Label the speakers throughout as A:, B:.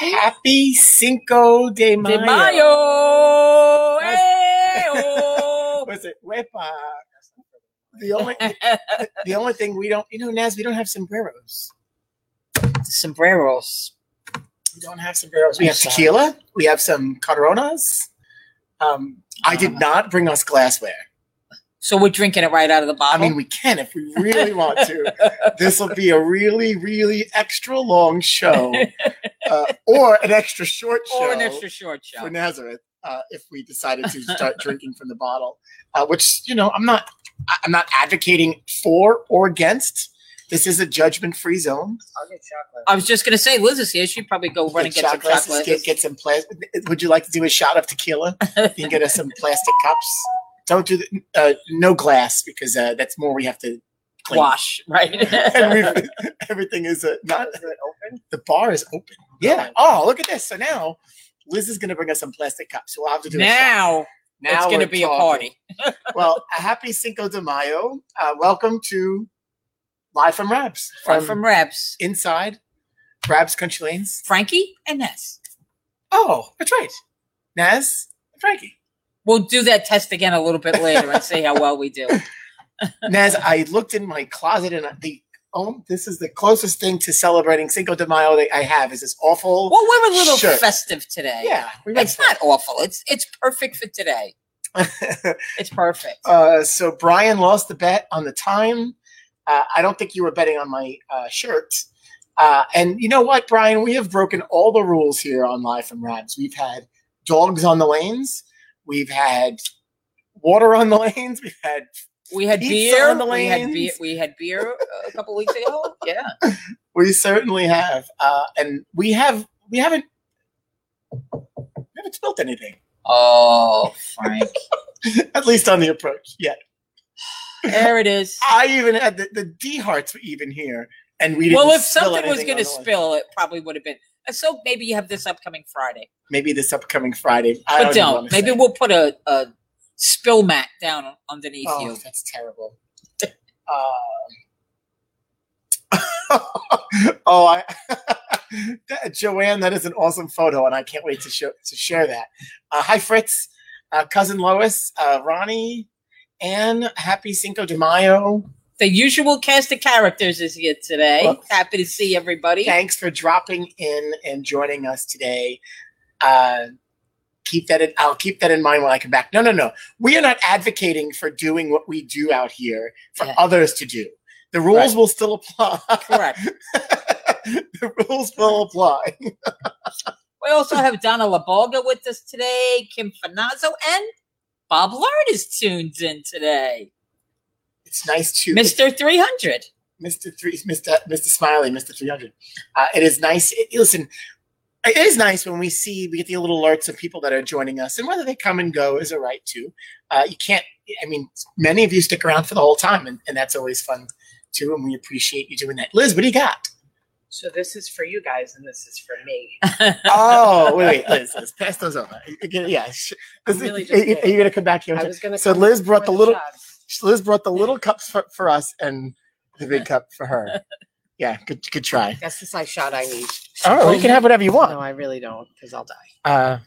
A: Happy Cinco de Mayo.
B: De Mayo.
A: That's-
B: Hey-oh.
A: Was it Wepa? The only
B: Eh,
A: the only thing we don't you know, Naz, we don't have sombreros.
B: Sombreros.
A: We don't have sombreros. We have
B: Sorry.
A: tequila. We have some coronas. Um, I did
B: Uh.
A: not bring us glassware.
B: So we're drinking it right out of the
A: I
B: bottle.
A: mean, we can if we really want to. this will be a really, really extra long show, uh, or an extra short show
B: or an extra short show.
A: for Nazareth uh, if we decided to start drinking from the bottle. Uh, which you know, I'm not. I- I'm not advocating for or against. This is a judgment-free zone.
C: I'll get chocolate.
B: I was just gonna say, Liz is here. She'd probably go run and get some
A: glasses,
B: chocolate.
A: Get, get some plastic. Would you like to do a shot of tequila? You can get us some plastic cups. Don't do the, uh, no glass because uh, that's more we have to clean.
B: Wash, right?
A: and we've, everything is uh, not
C: Is it open?
A: the bar is open. Yeah. Oh, look at this. So now Liz is going to bring us some plastic cups. So we'll have to do a shot.
B: now, it's
A: we're
B: gonna be a
A: talking.
B: party.
A: well, a happy Cinco de Mayo. Uh, welcome to Live from Rabs.
B: From, from Reps,
A: Um, inside Rabs Country Lanes.
B: Frankie and Ness.
A: Oh, that's right. Naz, Frankie.
B: We'll do that test again a little bit later and see how well we do.
A: Naz, I looked in my closet and the oh, this is the closest thing to celebrating Cinco de Mayo that I have is this awful.
B: Well, we're a little
A: Sure.
B: festive today.
A: yeah, we went
B: It's not awful. It's it's perfect for today. It's perfect.
A: Uh, so Brian lost the bet on the time. Uh, I don't think you were betting on my uh, shirt. Uh, and you know what, Brian? We have broken all the rules here on Live from Rabs. We've had dogs on the lanes. We've had water on the lanes. We've had
B: we had
A: pizza
B: beer.
A: on the
B: we had
A: lanes.
B: beer. We had beer uh, a couple weeks ago. Yeah.
A: we certainly have, uh, and we have we haven't we haven't spilled anything
B: Oh, Frank.
A: at least on the approach yet.
B: There it is.
A: I even had the, the D hearts were even here, and we didn't.
B: Well, if
A: spill
B: something was
A: anything
B: going
A: on
B: to
A: the lane.
B: spill, it probably would have been. Uh, So maybe you have this upcoming Friday,
A: maybe this upcoming Friday. I
B: but
A: even
B: don't.
A: wanna
B: Maybe
A: say.
B: we'll put a, a spill mat down on- underneath
A: Oh,
B: you.
A: that's terrible. Um, oh, I, that- Joanne, that is an awesome photo, and I can't wait to show to share that. Uh, hi, Fritz, uh, cousin Lois, uh, Ronnie, Anne. Happy Cinco de Mayo.
B: The usual cast of characters is here today.
A: Well-
B: Happy to see everybody.
A: Thanks for dropping in and joining us today. Uh, keep that in, I'll keep that in mind when I come back. No, no, no. We are not advocating for doing what we do out here for
B: Yeah.
A: others to do. The rules
B: Right.
A: will still apply.
B: Correct.
A: the rules will apply.
B: We also have Donna Laboga with us today, Kim Finazzo, and Bob Lard is tuned in today.
A: It's nice to
B: Mr. 300.
A: Mr. Three, Mr. Mr. Smiley, Mr. Three Hundred. Uh, it is nice. It, listen, it is nice when we see we get the little alerts of people that are joining us, and whether they come and go is a right too. Uh, you can't. I mean, many of you stick around for the whole time, and, and that's always fun too. And we appreciate you doing that, Liz. What do you got?
C: So this is for you guys, and this is for me.
A: Oh, wait, wait, Liz, Liz, pass those over. Again, Yeah, sh-
C: I'm
A: this-
C: really just
A: are, you-
C: kidding.
A: are you gonna come back here?
C: I was gonna.
A: So
C: come
A: Liz
C: in
A: brought
C: for
A: the little-
C: shots.
A: Liz brought the little cups for, for us and the big cup for her. Yeah, good, good try.
C: That's the size shot I need.
A: Oh, you can have whatever you want.
C: No, I really don't, because I'll die.
A: Uh,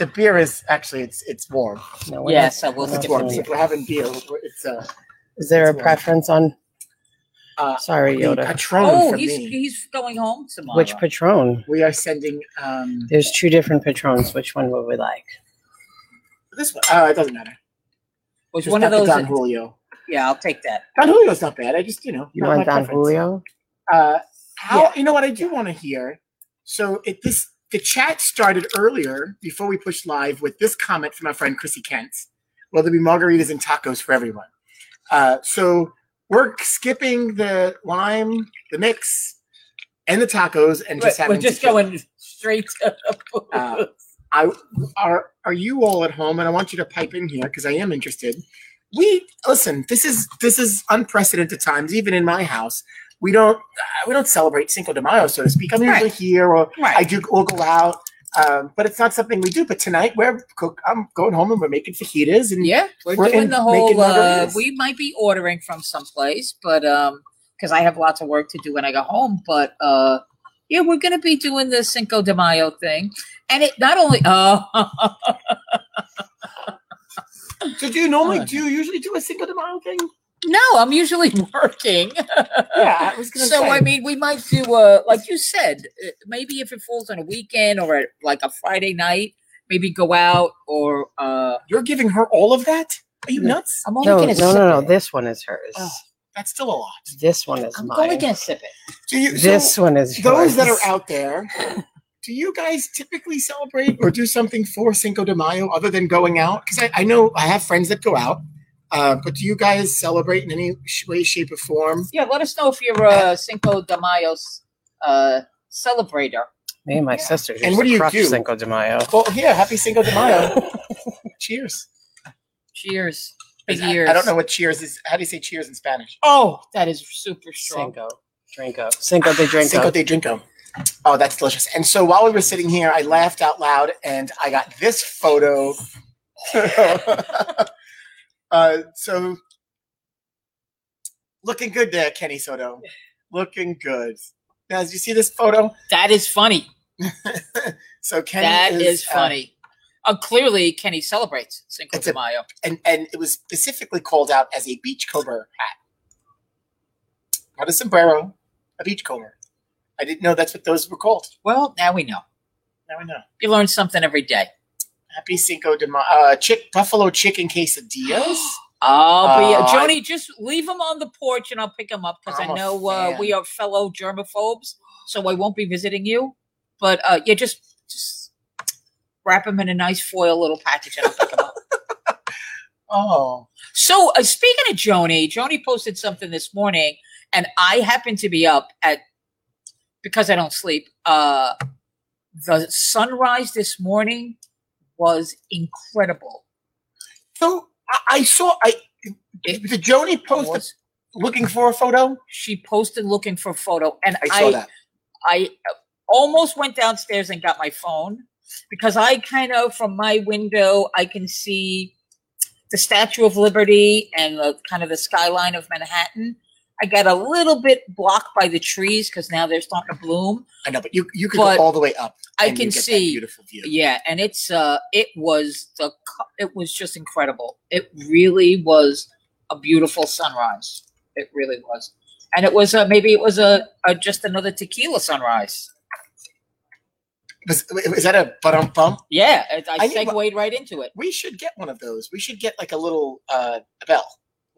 A: the beer is actually it's it's warm. No, we're
B: yeah,
A: not-
B: so we'll
A: it's
B: skip
A: warm.
B: the
A: So if we're having beer. we're- It's uh,
C: Is there
A: It's
C: a
A: warm.
C: preference on?
A: Uh,
C: Sorry,
A: the
C: Yoda.
A: Patron
B: Oh,
A: for
B: he's,
A: me.
B: he's going home tomorrow.
C: Which Patron?
A: we are sending um
C: There's two different Patrons. Which one would we like?
A: this one. Oh, it doesn't matter.
B: was
A: Just
B: one of
A: not the
B: those?
A: Don
B: that-
A: Julio.
C: Yeah, I'll take that.
A: Don Julio's not bad. I just you know
C: You
A: not my
C: want Don
A: preference.
C: Julio?
A: Uh, how
C: Yeah.
A: you know what I do want to hear? So it this the chat started earlier before we pushed live with this comment from our friend Chrissy Kent. Will there be margaritas and tacos for everyone? Uh, so we're skipping the lime, the mix, and the tacos, and just
B: We're-
A: having
B: We're just
A: tequila.
B: going straight to
A: Uh, I are are you all at home? And I want you to pipe in here because I am interested. We listen. This is this is unprecedented times, even in my house. We don't uh, we don't celebrate Cinco de Mayo, so to speak. I'm usually here, or I
B: right.
A: do we'll go out, um, but it's not something we do. But tonight we're cook. I'm going home and we're making fajitas, and
B: Yeah, we're,
A: We're
B: doing
A: in-
B: the
A: making
B: whole. Uh,
A: margaritas.
B: we might be ordering from someplace, but um, because I have lots of work to do when I go home. But uh, yeah, we're going to be doing the Cinco de Mayo thing. And it not only, oh,
A: So do you normally
B: Huh.
A: do you usually do a single de Mayo thing?
B: no, I'm usually working.
A: Yeah, I was gonna
B: Uh, So
A: say.
B: I mean, we might do a like you said, uh, maybe if it falls on a weekend or a, like a Friday night, maybe go out or uh
A: you're giving her all of that? Are you nuts?
B: I'm only
C: No,
B: gonna
C: no,
B: sip
C: no, no.
B: it.
C: This one is hers.
A: Oh, That's still a lot.
C: This one is
B: I'm only
C: mine.
B: gonna sip it.
A: Do you so
C: This one is
A: those that are
C: yours.
A: out there? Do you guys typically celebrate or do something for Cinco de Mayo other than going out? Because I, I know I have friends that go out, uh, but do you guys celebrate in any sh- way, shape, or form?
B: Yeah, let us know if you're a Cinco de Mayo's uh celebrator.
C: Me and my
A: Yeah.
C: sisters used
A: And what
C: to
A: do you
C: crush
A: do?
C: Cinco de Mayo.
A: Well, here, happy Cinco de Mayo. cheers.
B: Cheers. Big
A: I-
B: years.
A: I, don't know what cheers is. How do you say cheers in Spanish?
B: Oh, that is super strong.
C: Cinco, Drinko, Cinco de Drinko.
A: Cinco de Drinko. Oh, that's delicious. And so while we were sitting here, I laughed out loud and I got this photo. uh, so looking good there, Kenny Soto. Looking good. Now, as you see this photo,
B: That is funny.
A: so Kenny
B: That is,
A: uh,
B: funny. Uh, clearly, Kenny celebrates Cinco
A: It's
B: de
A: a-
B: Mayo.
A: and, and it was specifically called out as a beachcomber hat. Not a sombrero, a beachcomber. I didn't know that's what those were called.
B: Well, now we know.
A: Now I know.
B: You learn something every day.
A: Happy Cinco de Mayo. Uh, chick, buffalo chicken quesadillas.
B: Oh, but yeah,
A: Uh,
B: Joni, just leave them on the porch and I'll pick them up because I
A: I'm a
B: know uh,
A: fan.
B: we are fellow germaphobes, so I won't be visiting you. But uh, yeah, just just wrap them in a nice foil little package and I'll pick them up.
A: oh,
B: So uh, speaking of Joni, Joni posted something this morning, and I happen to be up at because I don't sleep. Uh, the sunrise this morning was incredible.
A: so I, I saw I. Did did Joni post
B: Was-
A: looking for a photo?
B: she posted looking for a photo, and
A: I saw that.
B: I uh, almost went downstairs and got my phone because I kind of, from my window, I can see the Statue of Liberty and the, kind of the skyline of Manhattan. I got a little bit blocked by the trees because now they're starting to bloom.
A: I know, but you you could
B: But
A: go all the way up.
B: I
A: and you
B: can
A: get that
B: see,
A: beautiful view.
B: yeah, and it's uh, it was the, co- it was just incredible. It really was a beautiful sunrise. It really was, and it was uh, maybe it was a, a just another tequila sunrise.
A: Was, is that a bum bump?
B: Yeah, I, I,
A: I need one-
B: segued right into it.
A: We should get one of those. We should get like a little uh, a bell,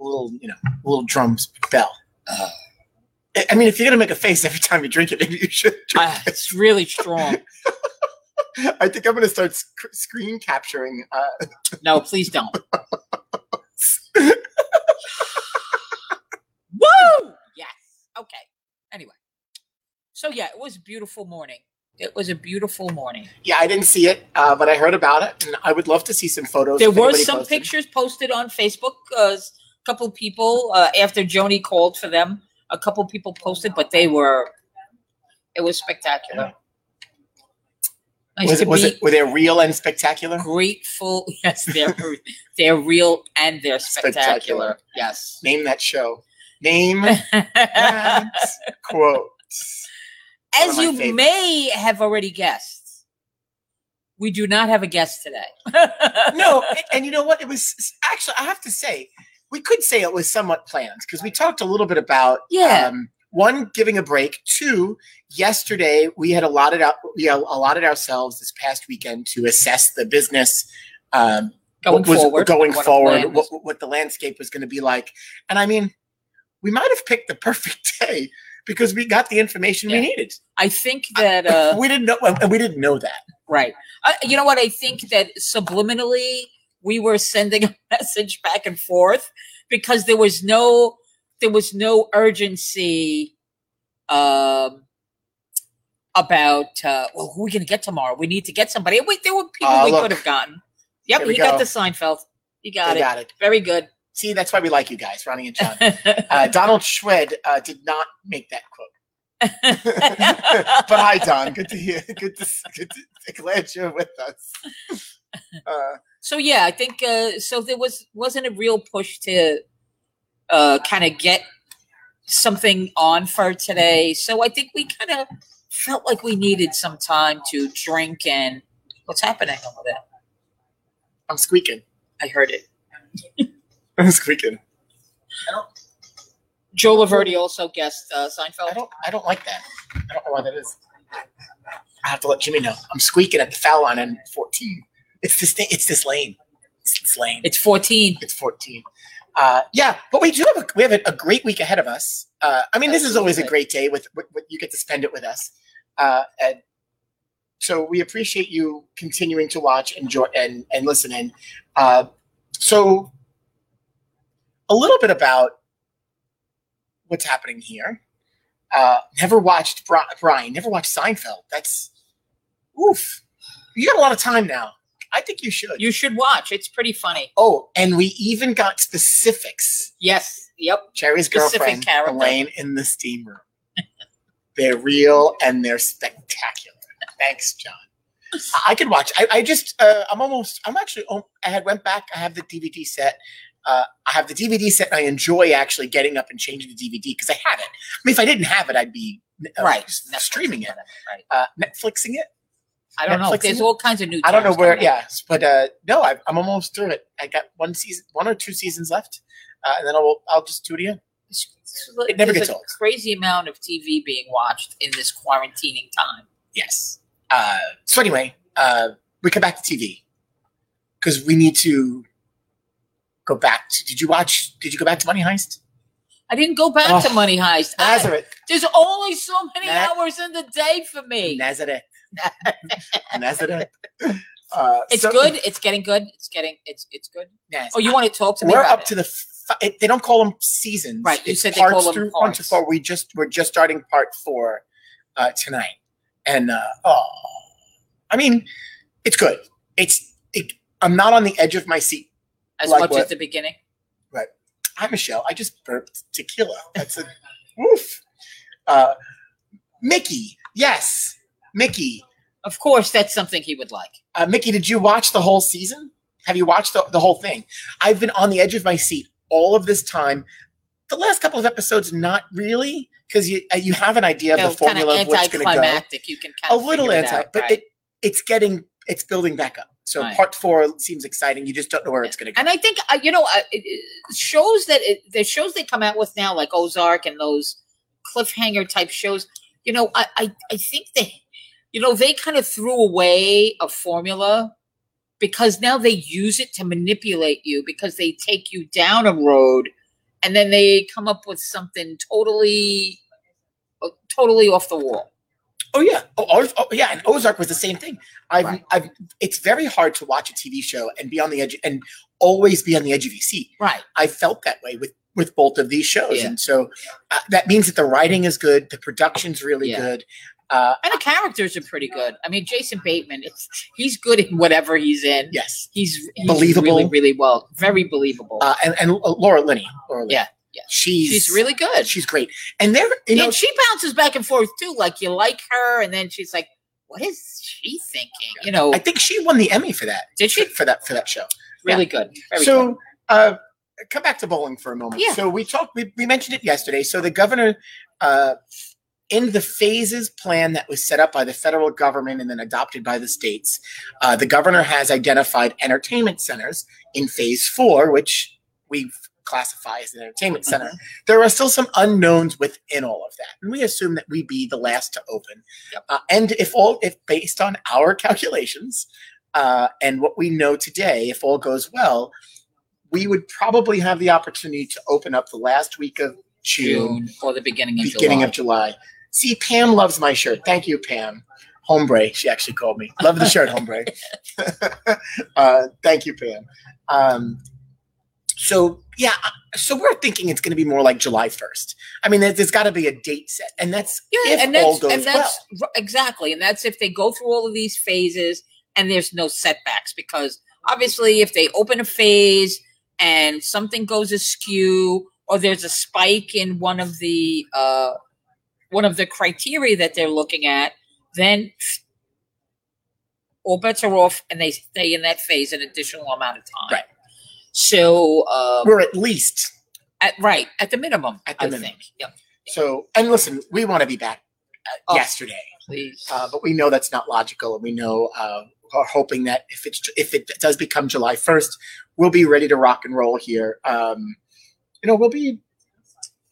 A: a little you know, a little drums bell.
B: Uh.
A: I- I mean, if you're gonna make a face every time you drink it, maybe you should. Drink.
B: Ah, it's really strong.
A: I think I'm gonna start sc- screen capturing uh,
B: No, please don't. Woo! Yes. Okay. Anyway. So yeah, it was a beautiful morning. It was a beautiful morning.
A: Yeah, I didn't see it, uh, but I heard about it, and I would love to see some photos.
B: There
A: if
B: were
A: anybody
B: some
A: posted.
B: pictures posted on Facebook. Uh, a couple people uh, after Joni called for them, a couple people posted, but they were. It was spectacular. Nice
A: Was,
B: to
A: it, was
B: be
A: it were they real and spectacular?
B: grateful. Yes, they're they're real and they're spectacular.
A: Spectacular.
B: Yes.
A: Name that show. Name that quote. One of
B: As
A: my
B: you
A: favorites.
B: may have already guessed, we do not have a guest today.
A: No, and, and you know what? It was actually I have to say we could say it was somewhat planned because we talked a little bit about
B: Yeah.
A: um, one giving a break. Two, yesterday we had allotted out you know, allotted ourselves this past weekend to assess the business. Um,
B: going
A: what was
B: forward.
A: going
B: what a
A: forward,
B: plan was-
A: what, what the landscape was going to be like. And I mean, we might have picked the perfect day because we got the information
B: Yeah.
A: we needed.
B: I think that uh,
A: we didn't know, and we didn't know that.
B: right. Uh, you know what? I think that subliminally we were sending a message back and forth because there was no there was no urgency um, about uh, well, who are we going to get tomorrow? We need to get somebody. Wait, there were people
A: Oh,
B: we
A: look.
B: could have gotten. Yep,
A: Here we
B: he got
A: go.
B: the Seinfeld. You got
A: They
B: it.
A: got it.
B: Very good.
A: See, that's why we like you guys, Ronnie and John. uh, Donald Schwed uh, did not make that quote, but hi, Don. Good to hear. Good to. Good to glad you're with us. Uh,
B: so yeah, I think uh, so. There was wasn't a real push to uh, kind of get something on for today. So I think we kind of felt like we needed some time to drink and what's happening over there?
A: I'm squeaking.
B: I heard it.
A: I'm squeaking.
B: Joe Laverty also guessed uh, Seinfeld.
A: I don't. I don't like that. I don't know why that is. I have to let Jimmy know. I'm squeaking at the foul line on 14. It's this thing. It's this lane. It's this lane.
B: It's 14.
A: It's 14. Uh, yeah, but we do have a, we have a, a great week ahead of us. Uh, I mean, this is always a
B: Absolutely.
A: great day with, with, with you get to spend it with us, uh, and so we appreciate you continuing to watch and jo- and and listen in. Uh, so, a little bit about what's happening here. Uh, never watched Bri- Brian. Never watched Seinfeld. That's oof. You got a lot of time now. I think you should.
B: You should watch. It's pretty funny.
A: Oh, and we even got specifics.
B: Yes. Yep.
A: Jerry's
B: Specific
A: girlfriend,
B: character.
A: Elaine, in the steam room. they're real and they're spectacular. Thanks, John. I- I could watch. I, I just, uh, I'm almost, I'm actually, al- I had went back. I have the DVD set. Uh, I have the DVD set and I enjoy actually getting up and changing the DVD because I have it. I mean, if I didn't have it, I'd be uh,
B: Right.
A: streaming it,
B: Right.
A: uh, Netflixing it.
B: I don't know.
A: Netflix
B: There's
A: is-
B: all kinds of new.
A: I don't know
B: terms
A: where.
B: coming out.
A: Yeah, but uh, no, I, I'm almost through it. I got one season, one or two seasons left, uh, and then I'll I'll just do it again. It never
B: There's
A: gets
B: a
A: old.
B: Crazy amount of TV being watched in this quarantining time.
A: Yes. Uh, so anyway, uh, we come back to TV because we need to go back. To, did you watch? Did you go back to Money Heist?
B: I didn't go back to
A: Oh,
B: Money Heist. I-
A: Nazareth.
B: there's only so many
A: Naz-
B: hours in the day for me.
A: Nazareth. Nazareth. Uh,
B: It's
A: so-
B: good. It's getting good. It's getting. It's it's good.
A: Yes.
B: Oh, you want to talk to me?
A: we're
B: about
A: up
B: it?
A: to the. F- it, they don't call them seasons.
B: Right, you
A: It's
B: said they
A: parts
B: call them
A: through one to
B: parts.
A: four. We just we're just starting part four uh, tonight, and uh, oh, I mean, it's good. It's it, I'm not on the edge of my seat.
B: as
A: like
B: much
A: what?
B: as the beginning.
A: Hi, Michelle. I just burped tequila. That's a woof. Uh, Mickey, yes, Mickey.
B: Of course, that's something he would like.
A: Uh, Mickey, did you watch the whole season? Have you watched the, the whole thing? I've been on the edge of my seat all of this time. The last couple of episodes, not really, because you uh, you have an idea of
B: No,
A: the formula of
B: kinda
A: what's going to go.
B: anticlimactic. You can kind
A: A
B: of
A: little
B: figure it
A: anti,
B: out,
A: but
B: right.
A: it it's getting it's building back up. So
B: Right.
A: part four seems exciting. You just don't know where it's going to go.
B: and I think uh, you know uh, it- it- shows that it, the shows they come out with now, like Ozark and those cliffhanger type shows. You know, I I, I think they, you know, they kind of threw away a formula because now they use it to manipulate you because they take you down a road and then they come up with something totally uh, totally off the wall.
A: Oh yeah, oh, oh, oh, yeah, and Ozark was the same thing. I've,
B: Right.
A: I've, it's very hard to watch a TV show and be on the edge and always be on the edge of your seat.
B: Right.
A: I felt that way with with both of these shows,
B: Yeah.
A: and so uh, that means that the writing is good, the production's really
B: Yeah.
A: good. Uh,
B: And the characters are pretty good. I mean, Jason Bateman, it's, he's good in whatever he's in.
A: yes,
B: He's, he's
A: Believable.
B: really, really well, very believable.
A: uh, and and uh, Laura Linney, Laura Linney.
B: Yeah, yeah.
A: she's
B: she's really good.
A: she's great, and there you know
B: and she bounces back and forth too. Like you like her, and then she's like, "What is she thinking?" You know,
A: I think she won the Emmy for that
B: did she
A: for that for that show.
B: really good? Very
A: so,
B: good.
A: uh, come back to bowling for a moment.
B: Yeah.
A: So we talked. We, we mentioned it yesterday. So the governor, uh, in the phases plan that was set up by the federal government and then adopted by the states, uh, the governor has identified entertainment centers in phase four, which we classify as an entertainment center. There are still some unknowns within all of that, and we assume that we be the last to open. Uh, and if all, if based on our calculations. Uh, and what we know today, if all goes well, we would probably have the opportunity to open up the last week of June,
B: June or the beginning of
A: beginning
B: July.
A: of July. See, Pam loves my shirt. Thank you, Pam. Hombre, she actually called me. Love the shirt, hombre. uh, thank you, Pam. Um, so yeah, uh, so we're thinking it's going to be more like July first. I mean, there's, there's got to be a date set, and that's
B: yeah,
A: if
B: and that's
A: all goes
B: and that's r- exactly, and that's if they go through all of these phases and there's no setbacks because obviously if they open a phase and something goes askew or there's a spike in one of the uh, one of the criteria that they're looking at, then all bets are off and they stay in that phase an additional amount of time.
A: Right.
B: So, uh,
A: we're at least
B: at, right at the minimum,
A: At the
B: I
A: minimum.
B: think. Yep.
A: so. And listen, we want to be back uh,
B: Oh.
A: yesterday.
B: please.
A: Uh, but we know that's not logical, and we know uh, are hoping that if it's if it does become July first, we'll be ready to rock and roll here. Um, you know, we'll be.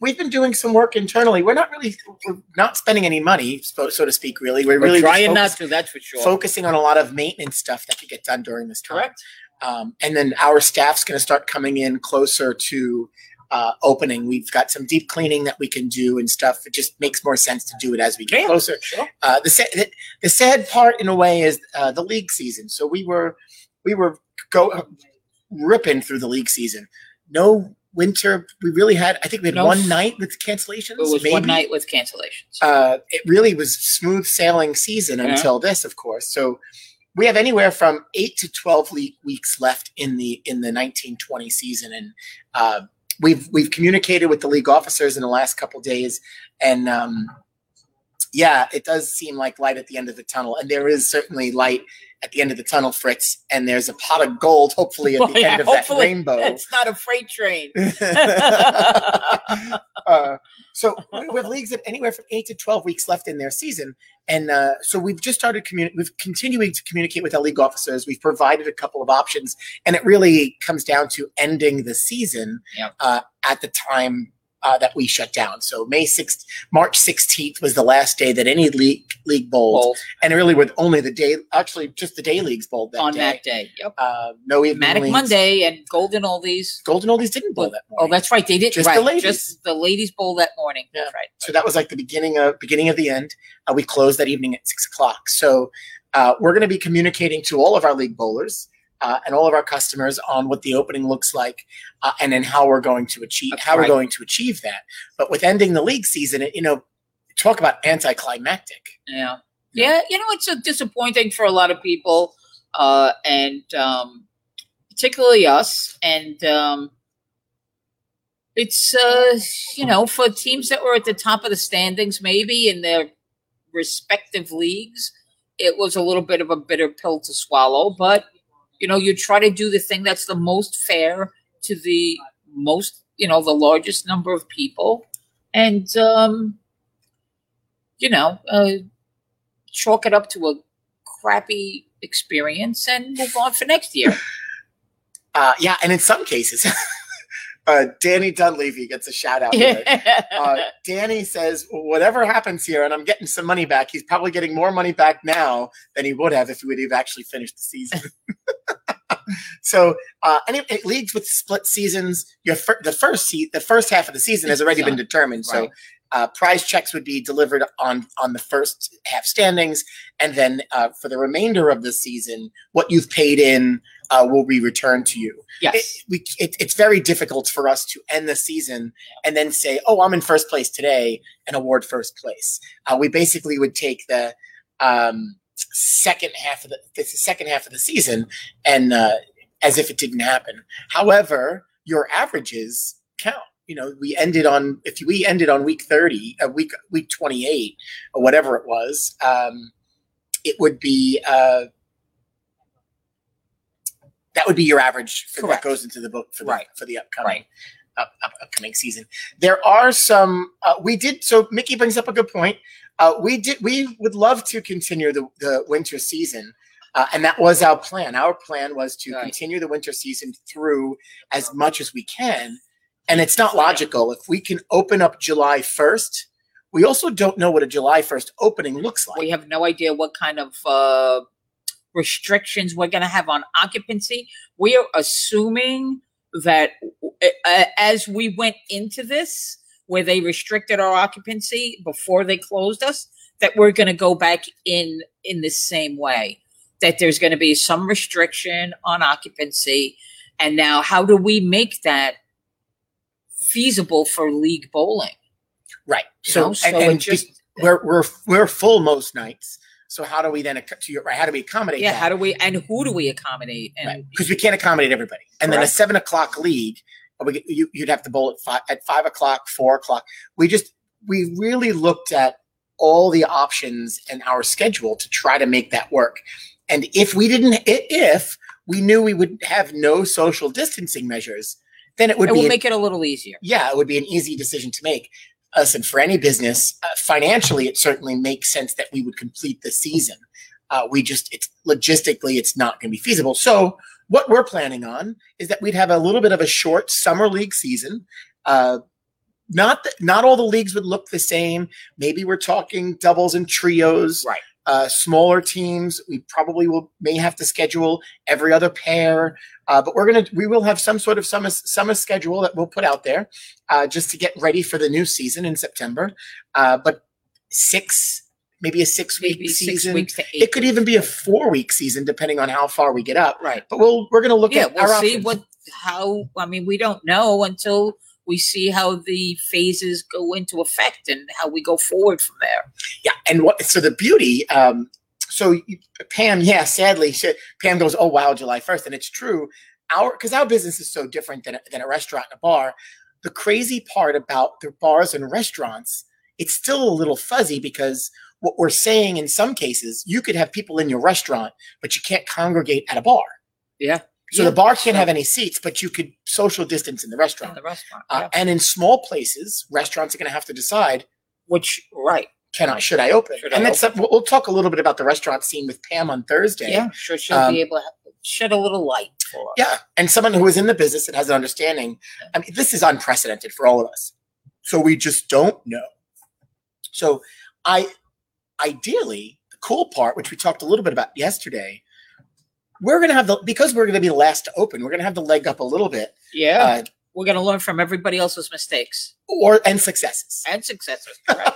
A: We've been doing some work internally. We're not really we're not spending any money, so, so to speak. Really, we're,
D: We're
A: really just
D: trying
A: focus-
D: not to, that's for sure.
A: focusing on a lot of maintenance stuff that could get done during this time.
B: Correct.
A: Um, and then our staff's going to start coming in closer to uh, opening. We've got some deep cleaning that we can do and stuff. It just makes more sense to do it as we get
B: Yeah,
A: closer.
B: sure.
A: Uh, the, sa- the the sad part, in a way, is uh, the league season. So we were we were go ripping through the league season. No winter. We really had. I think we had
B: No.
A: one night with cancellations.
B: It was
A: maybe
B: one night with cancellations.
A: uh, it really was smooth sailing season
B: Yeah.
A: until this, of course. So we have anywhere from eight to twelve le- weeks left in the in the nineteen twenty season, and uh, we've we've communicated with the league officers in the last couple days, and um, yeah, it does seem like light at the end of the tunnel, and there is certainly light at the end of the tunnel, Fritz, and there's a pot of gold, hopefully at
B: Well,
A: the
B: yeah,
A: end of that
B: hopefully
A: rainbow.
B: It's not a freight train.
A: Uh, so we we have leagues that anywhere from eight to twelve weeks left in their season, and uh, so we've just started communi- We've continuing to communicate with our league officers. We've provided a couple of options, and it really comes down to ending the season
B: Yeah.
A: uh, at the time. Uh, that we shut down. So May sixth, March sixteenth was the last day that any league league bowled,
B: Bowl
A: and really with only the day, actually just the day leagues bowled that
B: on
A: day.
B: that day. Yep.
A: Uh, no evening
B: Matic
A: leagues.
B: Monday and Golden Oldies.
A: Golden Oldies didn't bowl that.
B: Oh,
A: Morning.
B: that's right. They did
A: Just the
B: right.
A: ladies.
B: Just the ladies bowl that morning.
A: Yeah.
B: That's right.
A: So that was like the beginning of beginning of the end. Uh, we closed that evening at six o'clock. So uh, we're going to be communicating to all of our league bowlers uh, and all of our customers on what the opening looks like, uh, and then how we're going to achieve
B: That's
A: how
B: right.
A: we're going to achieve that. But with ending the league season, it, you know, talk about anticlimactic.
B: Yeah.
A: Yeah.
B: Yeah. You know, it's so disappointing for a lot of people, uh, and um, particularly us. And um, it's, uh, you know, for teams that were at the top of the standings, maybe in their respective leagues, it was a little bit of a bitter pill to swallow. But, you know, you try to do the thing that's the most fair to the most, you know, the largest number of people. And, um, you know, uh, chalk it up to a crappy experience and move on for next year.
A: Uh, yeah, and in some cases, uh, Danny Dunleavy gets a shout out. here. uh, Danny says, whatever happens here, and I'm getting some money back, he's probably getting more money back now than he would have if he would have actually finished the season. so, uh, any it leagues with split seasons, your fir- the first se- the first half of the season has already been determined. So,
B: Right.
A: uh, prize checks would be delivered on on the first half standings, and then uh, for the remainder of the season, what you've paid in uh, will be returned to you
B: yes.
A: it, we, it, it's very difficult for us to end the season and then say, "Oh, I'm in first place today," and award first place. Uh, we basically would take the um, second half of the, the second half of the season and uh, as if it didn't happen. However, your averages count. You know, we ended on if we ended on week thirty, uh, week week twenty eight, or whatever it was. Um, it would be. Uh, that would be your average for
B: Correct.
A: that goes into the book for the,
B: Right.
A: for the upcoming
B: Right.
A: up, up- upcoming season. There are some uh, we did so Mickey brings up a good point. Uh, we did we would love to continue the, the winter season. Uh, and that was our plan. Our plan was to
B: Right.
A: continue the winter season through as much as we can. And it's not logical. If we can open up July 1st, we also don't know what a July 1st opening looks like.
B: We have no idea what kind of uh, restrictions we're going to have on occupancy. We are assuming that uh, as we went into this, where they restricted our occupancy before they closed us, that we're going to go back in in the same way. That there's going to be some restriction on occupancy, and now how do we make that feasible for league bowling?
A: right.
B: you
A: So,
B: know?
A: and, and
B: it just
A: we're, we're, we're full most nights. So how do we then, acc- to your, right, how do we accommodate
B: yeah
A: that?
B: how do we and who do we
A: Mm-hmm.
B: accommodate and
A: because we can't accommodate everybody. And then a
B: Correct.
A: seven o'clock league, we, you, you'd have to bowl at five at five o'clock, four o'clock. We just we really looked at all the options and our schedule to try to make that work. And if we didn't, i- if we knew we would have no social distancing measures, then it would
B: it
A: be
B: will
A: an
B: make it a little easier
A: yeah, it would be an easy decision to make. listen, for any business, uh, financially, it certainly makes sense that we would complete the season. Uh, we just, it's logistically, it's not going to be feasible. So, what we're planning on is that we'd have a little bit of a short summer league season. Uh, not that not all the leagues would look the same. Maybe we're talking doubles and trios,
B: Right.
A: Uh, smaller teams. We probably will may have to schedule every other pair, uh, but we're gonna we will have some sort of summer summer schedule that we'll put out there uh, just to get ready for the new season in September. Uh, but six, maybe a six
B: maybe
A: week
B: six
A: season.
B: weeks to eight.
A: It could even be a four week season, depending on how far we get up.
B: right.
A: But we'll we're gonna look
B: yeah,
A: at
B: we'll
A: our
B: see
A: options.
B: what how. I mean, we don't know until we see how the phases go into effect and how we go forward from there.
A: Yeah, and what? So the beauty. Um, so you- Pam, yeah, sadly, she, Pam goes, "Oh wow, July 1st. and it's true. Our because our business is so different than a, than a restaurant and a bar. The crazy part about the bars and restaurants, it's still a little fuzzy because what we're saying in some cases, you could have people in your restaurant, but you can't congregate at a bar.
B: Yeah.
A: So
B: Yeah,
A: the bar can't
B: so-
A: have any seats, but you could social distance in the
B: From
A: restaurant.
B: the restaurant,
A: Uh,
B: yeah.
A: And in small places, restaurants are going to have to decide
B: which right?
A: can I should I open?
B: Should
A: and
B: I
A: that's we'll, we'll talk a little bit about the restaurant scene with Pam on Thursday.
B: Yeah, sure she'll
A: Um,
B: be able to shed a little light for us.
A: Yeah, and someone who is in the business and has an understanding. I mean, this is unprecedented for all of us. So we just don't know. So I ideally the cool part, which we talked a little bit about yesterday, we're gonna have the because we're gonna be last to open, we're gonna have the leg up a little bit.
B: Yeah,
A: Uh,
B: we're gonna learn from everybody else's mistakes
A: or and successes.
B: and successes. Right?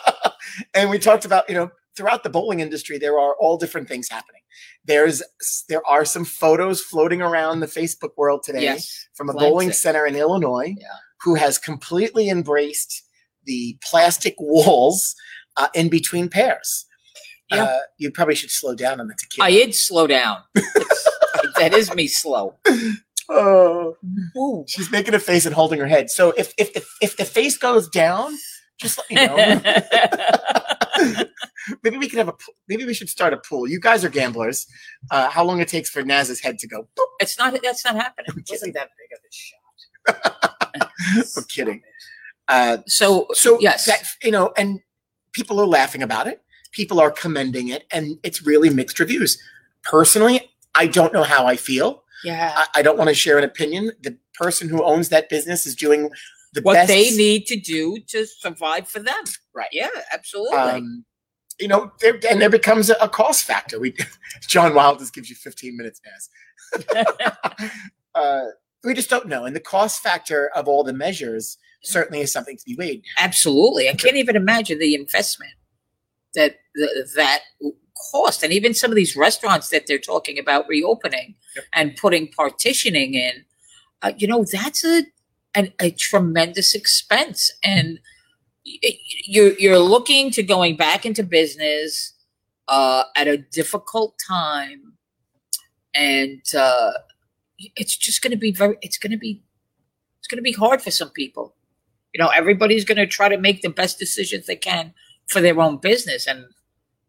A: and we talked about you know throughout the bowling industry there are all different things happening there's there are some photos floating around the facebook world today
B: yes,
A: from a
B: Lansing.
A: bowling center in illinois
B: Yeah.
A: who has completely embraced the plastic walls uh, in between pairs
B: Yeah.
A: uh, you probably should slow down on the
B: I
A: tequila
B: did slow down. that is me slow.
A: oh.
B: Ooh.
A: she's making a face and holding her head so if if the, if the face goes down just let me know maybe we could have a pool- maybe we should start a pool you guys are gamblers uh how long it takes for naz's head to go boop.
B: it's not. That's not happening.
C: Wasn't that big of a shot?
A: i'm kidding uh
B: So,
A: so
B: yes,
A: that, you know and people are laughing about it people are commending it and it's really mixed reviews personally i don't know how i feel
B: yeah.
A: i, I don't want to share an opinion the person who owns that business is doing the
B: What
A: best
B: they need to do to survive for them.
A: Right.
B: Yeah. Absolutely.
A: um, you know, there, and there becomes a, a cost factor. We, John Wild just gives you 15 minutes, Naz. uh, we just don't know. And the cost factor of all the measures certainly is something to be weighed.
B: Absolutely. I can't even imagine the investment that the, that cost. And even some of these restaurants that they're talking about reopening
A: Yep.
B: and putting partitioning in, uh, you know, that's a, an, a tremendous expense. And y- y- you're, you're looking to going back into business uh, at a difficult time. And uh, it's just going to be very, it's going to be, it's going to be hard for some people you know everybody's going to try to make the best decisions they can for their own business and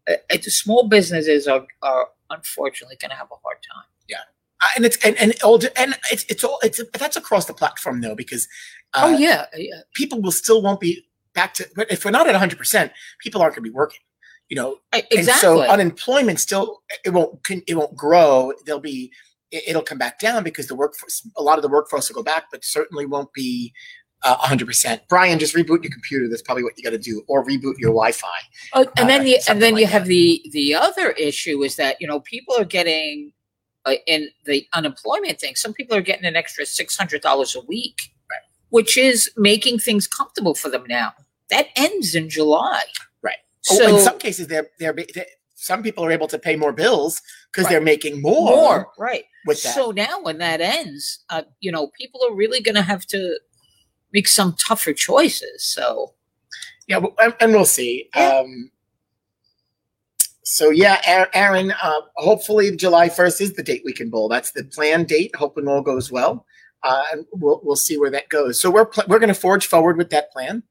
B: uh, it's small businesses are, are unfortunately going to have a hard time
A: Uh, and it's and and all and it's it's all it's that's across the platform though because uh,
B: oh yeah yeah
A: people will still won't be back to but if we're not at 100 percent people aren't going to be working. You know,
B: I- exactly
A: And so unemployment still it won't con- it won't grow. There'll be it- it'll come back down because the workforce a lot of the workforce will go back, but certainly won't be uh, hundred percent. Brian, just reboot your computer. That's probably what you got to do, or reboot your Wi-Fi.
B: Oh, and
A: uh,
B: then the,
A: something
B: and then you
A: like
B: have the the other issue is that you know people are getting uh, in the unemployment thing. Some people are getting an extra six hundred dollars a week, which is making things comfortable for them now. That ends in July,
A: Right.
B: So
A: oh, in some cases, they're they're, ba- they some people are able to pay more bills because
B: Right.
A: they're making more,
B: more right.
A: with that.
B: So now, when that ends, uh, you know, people are really going to have to make some tougher choices. So
A: yeah, well, and, and we'll see.
B: Yeah.
A: Um, so yeah, Aa- Aaron. Uh, hopefully, July first is the date we can bowl. That's the planned date. Hoping all goes well. uh, and we'll we'll see where that goes. So we're pl- we're going to forge forward with that plan.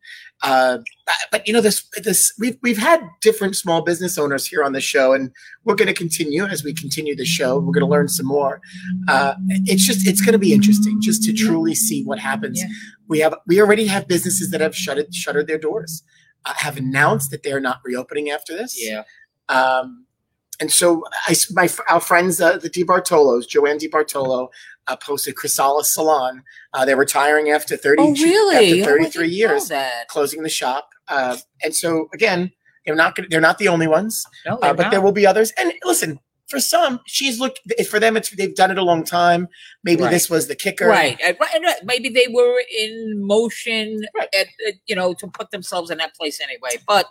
A: Uh, but- but you know this this we've we've had different small business owners here on the show, and we're going to continue as we continue the show. We're going to learn some more. Uh, it's just it's going to be interesting just to truly see what happens.
B: Yeah.
A: We have we already have businesses that have shutted shuttered their doors, uh, have announced that they are not reopening after this.
B: Yeah.
A: Um, and so I, my our friends, uh, the DiBartolos, Joanne DiBartolo, uh, posted Chrysalis Salon. Uh, they're retiring after 30,
B: Oh, really?
A: after
B: Oh, I
A: 33
B: didn't know
A: years,
B: That.
A: closing the shop. Uh, and so again, they're not gonna, they're not the only ones,
B: No,
A: uh,
B: they're
A: but
B: not.
A: there will be others. And listen, for some, she's looked for them. It's they've done it a long time. Maybe
C: Right.
A: this was the kicker.
B: right. And, right, and right, Maybe they were in motion,
A: Right.
B: at, at, you know, to put themselves in that place anyway. But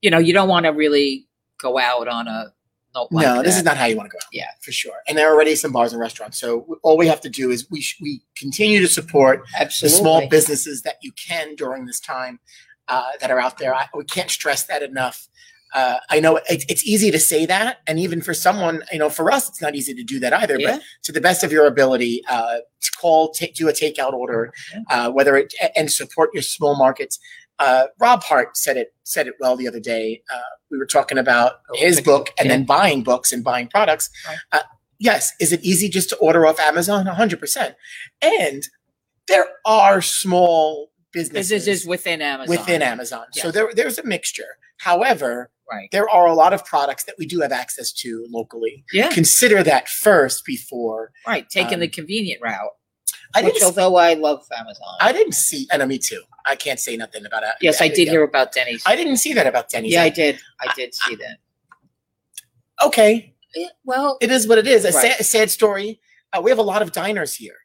B: you know, you don't want to really go out on a note like
A: no, this
B: that.
A: is not how you want to go. out.
B: Yeah.
A: for sure. And there are already some bars and restaurants. So w- all we have to do is we sh- we continue to support the
B: absolutely
A: small businesses that you can during this time uh, that are out there. I, we can't stress that enough. Uh, I know it, it's easy to say that, and even for someone, you know, for us, it's not easy to do that either.
B: Yeah.
A: But to the best of your ability, uh, to call, take, do a takeout order,
B: Yeah.
A: uh, whether it a- and support your small markets. Uh, Rob Hart said it said it well the other day. Uh, we were talking about
B: Oh,
A: his
B: pick-
A: book and then buying books and buying products.
B: Right.
A: Uh, yes, is it easy just to order off Amazon? One hundred percent. And there are small businesses
B: businesses within Amazon.
A: within Amazon, so
B: Yes.
A: there there's a mixture. However,
B: right?
A: there are a lot of products that we do have access to locally.
B: Yeah,
A: Consider that first before
B: right. Taking the
A: um,
B: convenient route,
A: I
B: which
A: didn't.
B: although I love Amazon,
A: I didn't see. And uh, me too. I can't say nothing about it.
B: yes, I did hear about Denny's.
A: I didn't see that about Denny's.
B: yeah, I did. I did see that.
A: okay.
B: Yeah, well,
A: it is what it is. A,
B: Right.
A: sad, a sad story. Uh, we have a lot of diners here.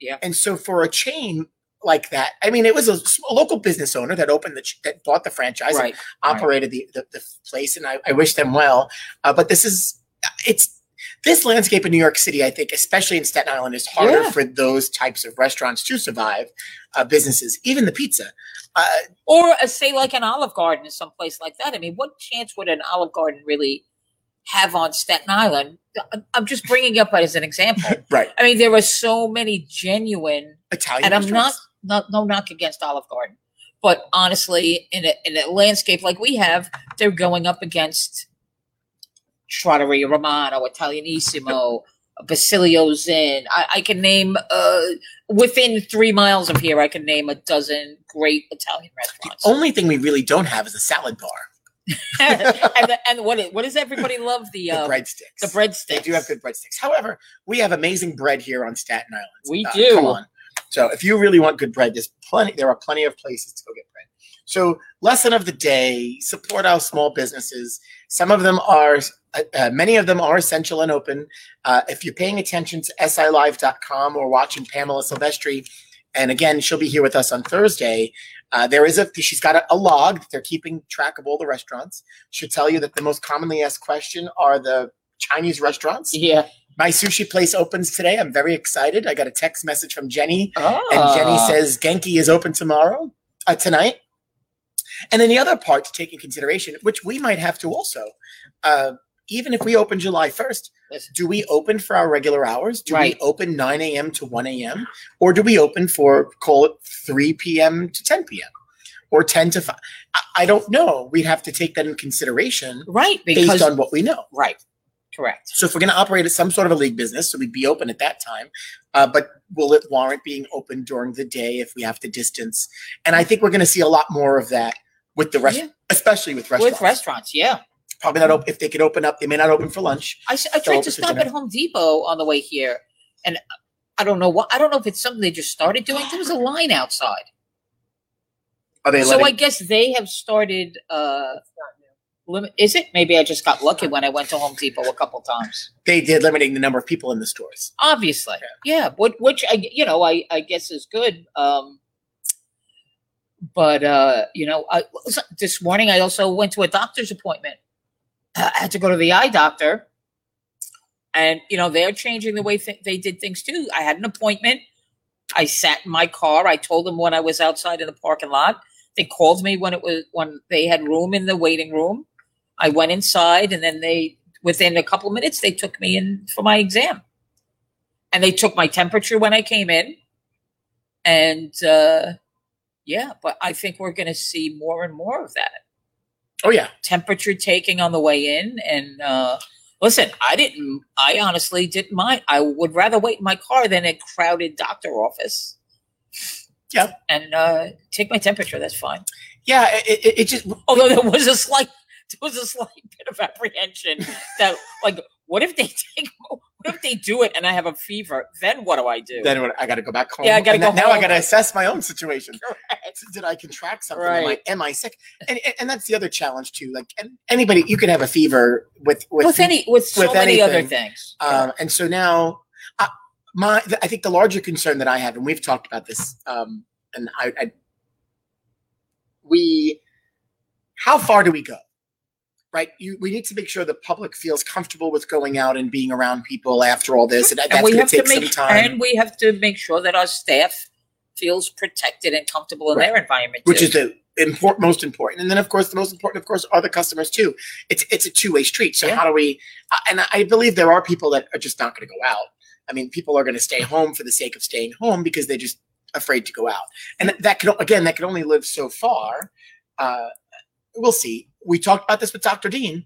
B: Yeah.
A: And so for a chain like that, I mean, it was a, s- a local business owner that opened the ch- that bought the franchise and
B: right. right.
A: operated The, the the place, and I, I wish them well. Uh, but this is uh, it's this landscape in New York City, I think, especially in Staten Island, is harder
B: Yeah.
A: for those types of restaurants to survive. Uh, businesses, even the pizza. Uh,
B: Or a, say like an Olive Garden or someplace like that. I mean, what chance would an Olive Garden really have on Staten Island? I'm- I'm just bringing up as an example.
A: right.
B: I mean, there are so many genuine,
A: Italian.
B: and I'm not,
A: restaurants.
B: not no knock against Olive Garden, but honestly, in a, in a landscape like we have, they're going up against Trattoria Romano, Italianissimo, Basilio's Inn. I, I can name uh, within three miles of here. I can name a dozen great Italian restaurants.
A: Only thing we really don't have is a salad bar.
B: and the, and what is, what does everybody love the
A: The
B: uh,
A: breadsticks.
B: the breadsticks?
A: They do have good breadsticks. However, we have amazing bread here on Staten Island.
B: We
A: Uh,
B: do.
A: Come on. So if you really want good bread, there's plenty. There are plenty of places to go get bread. So lesson of the day: support our small businesses. Some of them are, uh, uh, many of them are essential and open. Uh, if you're paying attention to silive.com or watching Pamela Silvestri, and again, she'll be here with us on Thursday. Uh, there is a she's got a, a log that they're keeping track of all the restaurants. She'll tell you that the most commonly asked question are the Chinese restaurants.
B: Yeah.
A: My sushi place opens today. I'm very excited. I got a text message from Jenny,
B: Oh.
A: and Jenny says Genki is open tomorrow, uh, tonight. And then the other part to take in consideration, which we might have to also, uh, even if we open July 1st,
B: Yes.
A: do we open for our regular hours? Do
B: Right.
A: we open 9 a.m. to 1 a.m.? Or do we open for, call it 3 p.m. to 10 p.m. or 10 to 5? I, I don't know. We'd have to take that in consideration
B: right
A: based
B: because
A: on what we know.
B: right, correct.
A: So if we're going to operate as some sort of a league business, so we'd be open at that time. Uh, but will it warrant being open during the day if we have to distance? And I think we're going to see a lot more of that with the rest,
B: Yeah.
A: especially with restaurants.
B: With restaurants, yeah.
A: Probably not open if they could open up. They may not open for lunch.
B: I, s- I
A: They're
B: tried
A: open for
B: to stop
A: dinner.
B: at Home Depot on the way here, and I don't know what I don't know if it's something they just started doing. There was a line outside,
A: Are they
B: so I
A: letting?
B: guess they have started. uh limit, Is it? Maybe I just got lucky when I went to Home Depot a couple times.
A: they did limiting the number of people in the stores.
B: Obviously, yeah. Which, which I you know I I guess is good. Um, but uh, you know, I, this morning I also went to a doctor's appointment. I had to go to the eye doctor, and you know they're changing the way th- they did things too. I had an appointment. I sat in my car. I told them when I was outside in the parking lot. They called me when it was when they had room in the waiting room. I went inside, and then they within a couple of minutes they took me in for my exam. and they took my temperature when I came in. And uh, yeah, but I think we're going to see more and more of that
A: Oh yeah,
B: temperature taking on the way in. And uh, listen, I didn't. I honestly didn't mind. I would rather wait in my car than a crowded doctor office.
A: Yeah.
B: and uh, take my temperature. That's fine.
A: yeah. It, it, it just
B: Although there was a slight, there was a slight bit of apprehension that, like, what if they take, what if they do it and I have a fever? Then what do I do?
A: then when I got to go back home.
B: Yeah, I gotta
A: and
B: go
A: now I
B: home.
A: got to assess my own situation.
B: Correct.
A: Did I contract something? Am, I,
B: Right.
A: am I sick? And, and and that's the other challenge too. Like and anybody, you could have a fever with with,
B: with any, with so
A: with
B: many other
A: anything,
B: things.
A: Um, and so now, I, my th- I think the larger concern that I have, and we've talked about this, um, and I, I, we, how far do we go? Right, you, we need to make sure the public feels comfortable with going out and being around people after all this, and, that- that's
B: and we
A: going to
B: have to
A: take some
B: make
A: time.
B: and we have to make sure that our staff feels protected and comfortable in
A: Right.
B: their environment
A: which
B: too.
A: is the import most important and then of course the most important of course are the customers too it's it's a two-way street so
B: Yeah.
A: how do we uh, and i believe there are people that are just not going to go out i mean people are going to stay home for the sake of staying home because they're just afraid to go out and that- that can again that can only live so far uh, we'll see we talked about this with dr dean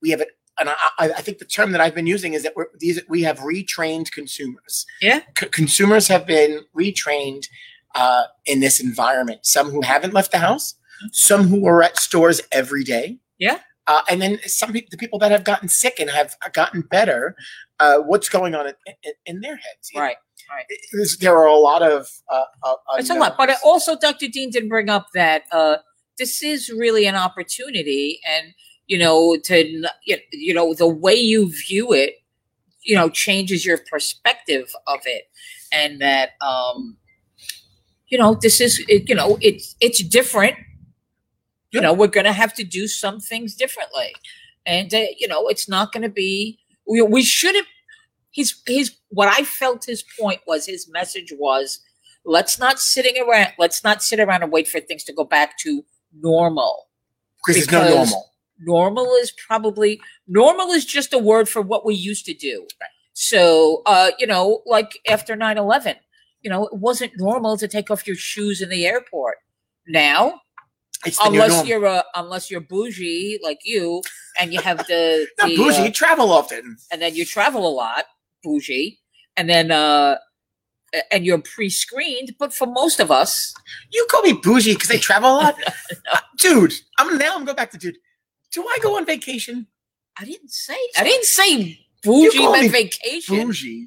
A: we have it and I, I I think the term that I've been using is that we're, these we have retrained consumers.
B: Yeah.
A: C- consumers have been retrained uh, in this environment. Some who haven't left the house, some who are at stores every day.
B: Yeah.
A: Uh, and then some people, the people that have gotten sick and have gotten better, uh, what's going on in, in, in their heads?
B: right.
A: It- it's- there are a lot of. Uh, uh,
B: It's a lot, but
A: unknowns.
B: also Dr. Dean did bring up that uh, this is really an opportunity, and you know, to n- y- you know, the way you view it, you know, changes your perspective of it, and that um, you know, this is it, you know, it's it's different. You know, we're going to have to do some things differently, and uh, you know, it's not going to be. We, we shouldn't. His his what I felt his point was his message was let's not sitting around let's not sit around and wait for things to go back to normal
A: because it's no
B: because-
A: normal.
B: normal is probably normal is just a word for what we used to do so uh you know like after 9-11 you know it wasn't normal to take off your shoes in the airport now
A: It's the new
B: unless
A: normal.
B: you're a, unless you're bougie like you and you have the,
A: Not
B: the,
A: bougie.
B: uh,
A: you travel often.
B: and then you travel a lot, bougie, and then uh a- and you're pre-screened. But for most of us,
A: You call me bougie because I travel a lot, Uh, dude. I'm now. I'm going back to dude. Do I go on vacation?
B: I didn't say I didn't say bougie
A: call me
B: meant vacation.
A: Bougie.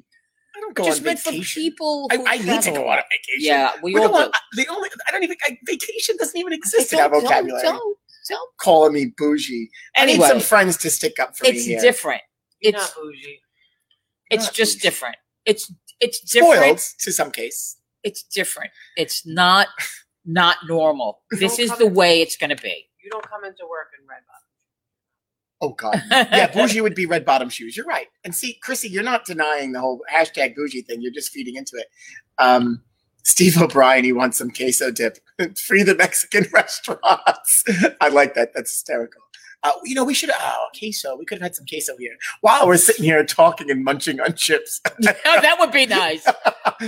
A: I don't go
B: Just
A: on
B: meant for
A: vacation.
B: people.
A: I,
B: who
A: I need to
B: travel.
A: go on a vacation.
B: Yeah, we,
A: We
B: all
A: don't
B: do.
A: want, I- the only I don't even I, vacation doesn't even exist in
B: Don't-
A: our
B: don't-
A: vocabulary.
B: don't- don't.
A: Calling me bougie. I need
B: Anyway,
A: some friends to stick up for
B: it's
A: me here.
B: different.
C: It's
B: It's
C: bougie.
B: it's
A: not
B: just
A: bougie.
B: different. It's it's
A: Spoiled
B: different.
A: to some case.
B: It's different. It's not not normal. This
D: Don't
B: is
D: come
B: the
D: in-
B: way it's going to be.
D: You don't come into work in red bottoms.
A: Oh God. yeah, bougie would be red bottom shoes. You're right. And see, Chrissy, you're not denying the whole hashtag bougie thing. You're just feeding into it. Um, Steve O'Brien, he wants some queso dip. Free the Mexican restaurants. I like that. That's hysterical. Uh, you know, we should oh queso. We could have had some queso here while we're sitting here talking and munching on chips.
B: Oh, that would be nice.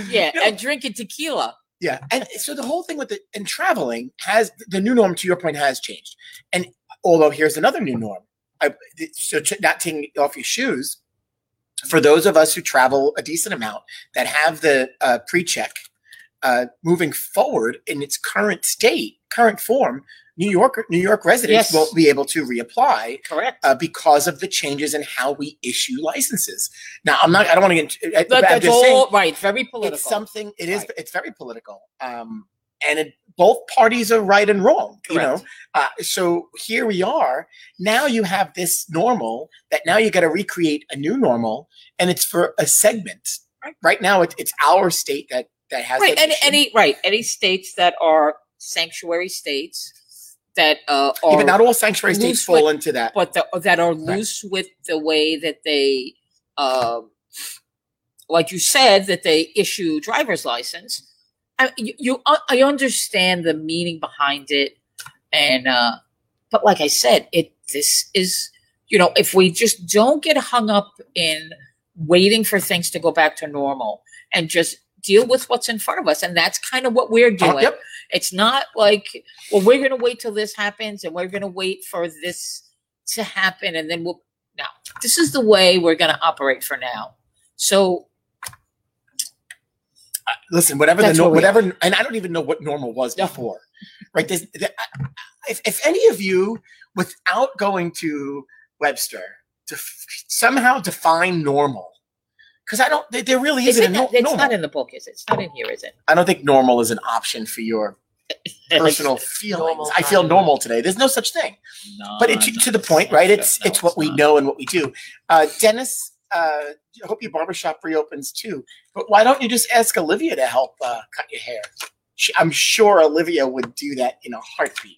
B: Yeah,
A: You know,
B: and drinking tequila.
A: Yeah, and so the whole thing with the and traveling has the new norm. To your point, has changed. And although here's another new norm. I, so ch- not taking off your shoes for those of us who travel a decent amount that have the uh, pre-check. Uh, moving forward in its current state, current form, New York New York residents
B: Yes.
A: won't be able to reapply
B: Correct.
A: uh, because of the changes in how we issue licenses. Now, I'm not. I don't want to get. Into, I,
B: But
A: I'm
B: that's
A: just saying-
B: all right. Very political.
A: it's something it is
B: Right.
A: it's very political um and it, both parties are right and wrong you know
B: Correct.
A: uh, so here we are now you have this normal that now you got to recreate a new normal and it's for a segment
B: Right.
A: right now it, it's our state that that has
B: right
A: that
B: any
A: issue.
B: any right any states that are sanctuary states that uh
A: Yeah,
B: are
A: but not all sanctuary states
B: loose with-
A: fall into that
B: but the, that are loose with the way that they um like you said that they issue driver's license i you, you uh, i understand the meaning behind it and uh but like i said it this is you know if we just don't get hung up in waiting for things to go back to normal and just deal with what's in front of us. And that's kind of what we're doing.
A: Uh, yep.
B: It's not like, well, we're going to wait till this happens and we're going to wait for this to happen and then we'll. No, this is the way we're going to operate for now. So
A: Listen, whatever
C: That's
A: the
C: what
A: no,
C: we-
A: whatever, and I don't even know what normal was
B: No.
A: before, right? This, the, I- I- if, if any of you, without going to Webster, to somehow define normal, because I don't, there, there really
B: is
A: isn't
B: it
A: a no,
B: not, it's
A: normal.
B: not in the book, is it? It's not in here, is it?
A: I don't think normal is an option for your personal feelings.
D: normal
A: I feel
D: time.
A: normal today. There's no such thing. but it, to, to the point, right? It's it's what we know and what we do. Uh, Dennis, uh, I hope your barbershop reopens too. But why don't you just ask Olivia to help uh, cut your hair? She, I'm sure Olivia would do that in a heartbeat.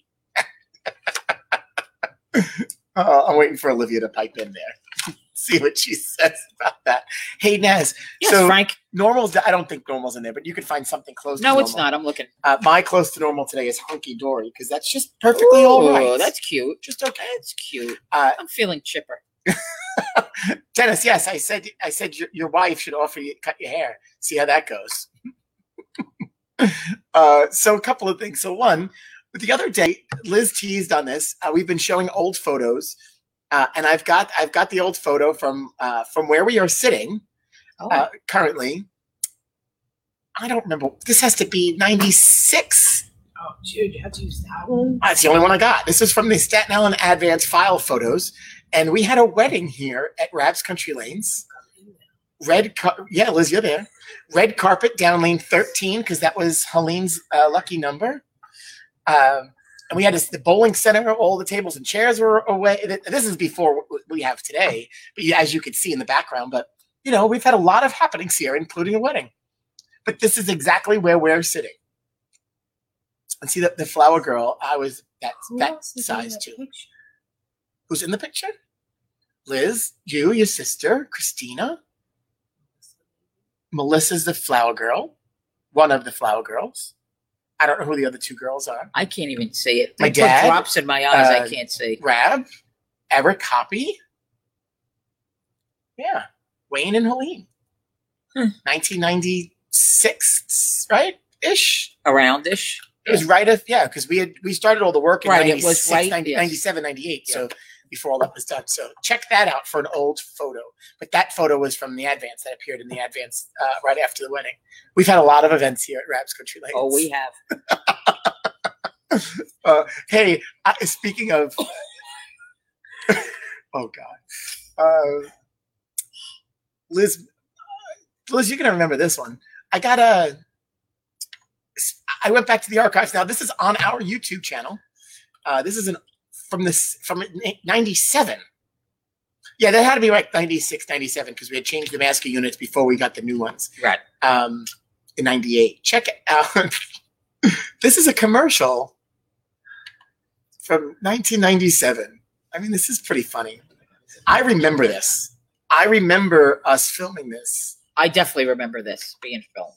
A: uh, I'm waiting for Olivia to pipe in there. See what she says about that. Hey Naz,
B: Yes,
A: so
B: Frank.
A: normal's I don't think normal's in there, but you could find something close.
B: No,
A: to
B: it's
A: normal.
B: not. I'm looking.
A: Uh, my close to normal today is hunky dory because that's just perfectly all right.
B: Ooh, That's cute.
A: just okay.
B: That's cute.
A: Uh,
B: I'm feeling chipper.
A: Dennis, yes, I said I said your, your wife should offer you to cut your hair. See how that goes. uh, so a couple of things. So one, the other day, Liz teased on this. Uh, we've been showing old photos, uh, and I've got I've got the old photo from uh, from where we are sitting
B: Oh,
A: uh, currently. I don't remember. This has to be ninety six.
D: Oh, dude, you have to use that one?
A: That's the only one I got. This is from the Staten Island Advance file photos, and we had a wedding here at Raps Country Lanes. Red, car- yeah, Liz, you're there. Red carpet down lane 13 because that was Helene's uh, lucky number. Um, and we had this, the bowling center. All the tables and chairs were away. Th- This is before what we have today, but yeah, as you could see in the background. But you know, we've had a lot of happenings here, including a wedding. But this is exactly where we're sitting. And see the, the flower girl. I was that that size too. Who's in the picture? Liz, you, your sister, Christina. Melissa's the flower girl, one of the flower girls. I don't know who the other two girls are.
B: I can't even see it.
A: My
B: They put
A: dad,
B: drops in my eyes. I
A: uh,
B: can't see.
A: Rab, Eric Copy. Yeah, Wayne and Helene.
B: Hmm.
A: 1996, right? Ish.
B: Aroundish.
A: It was right if yeah, because we had we started all the work in
B: Right, it
A: 96,
B: was right,
A: 90
B: yes.
A: 97, 98, So before all that was done. So check that out for an old photo. But that photo was from the advance that appeared in the advance uh, right after the wedding. We've had a lot of events here at Raps Country Lanes.
B: Oh, we have.
A: Hey, I, speaking of, oh god, uh, Liz, Liz, you're gonna remember this one. I got a. I went back to the archives. Now this is on our YouTube channel. Uh, this is an from this from '97. Yeah, that had to be like 96, 97, because we had changed the master units before we got the new ones.
B: Right.
A: Um, in 98. Check it out. this is a commercial from 1997. I mean, this is pretty funny. I remember this. I remember us filming this.
B: I definitely remember this being filmed.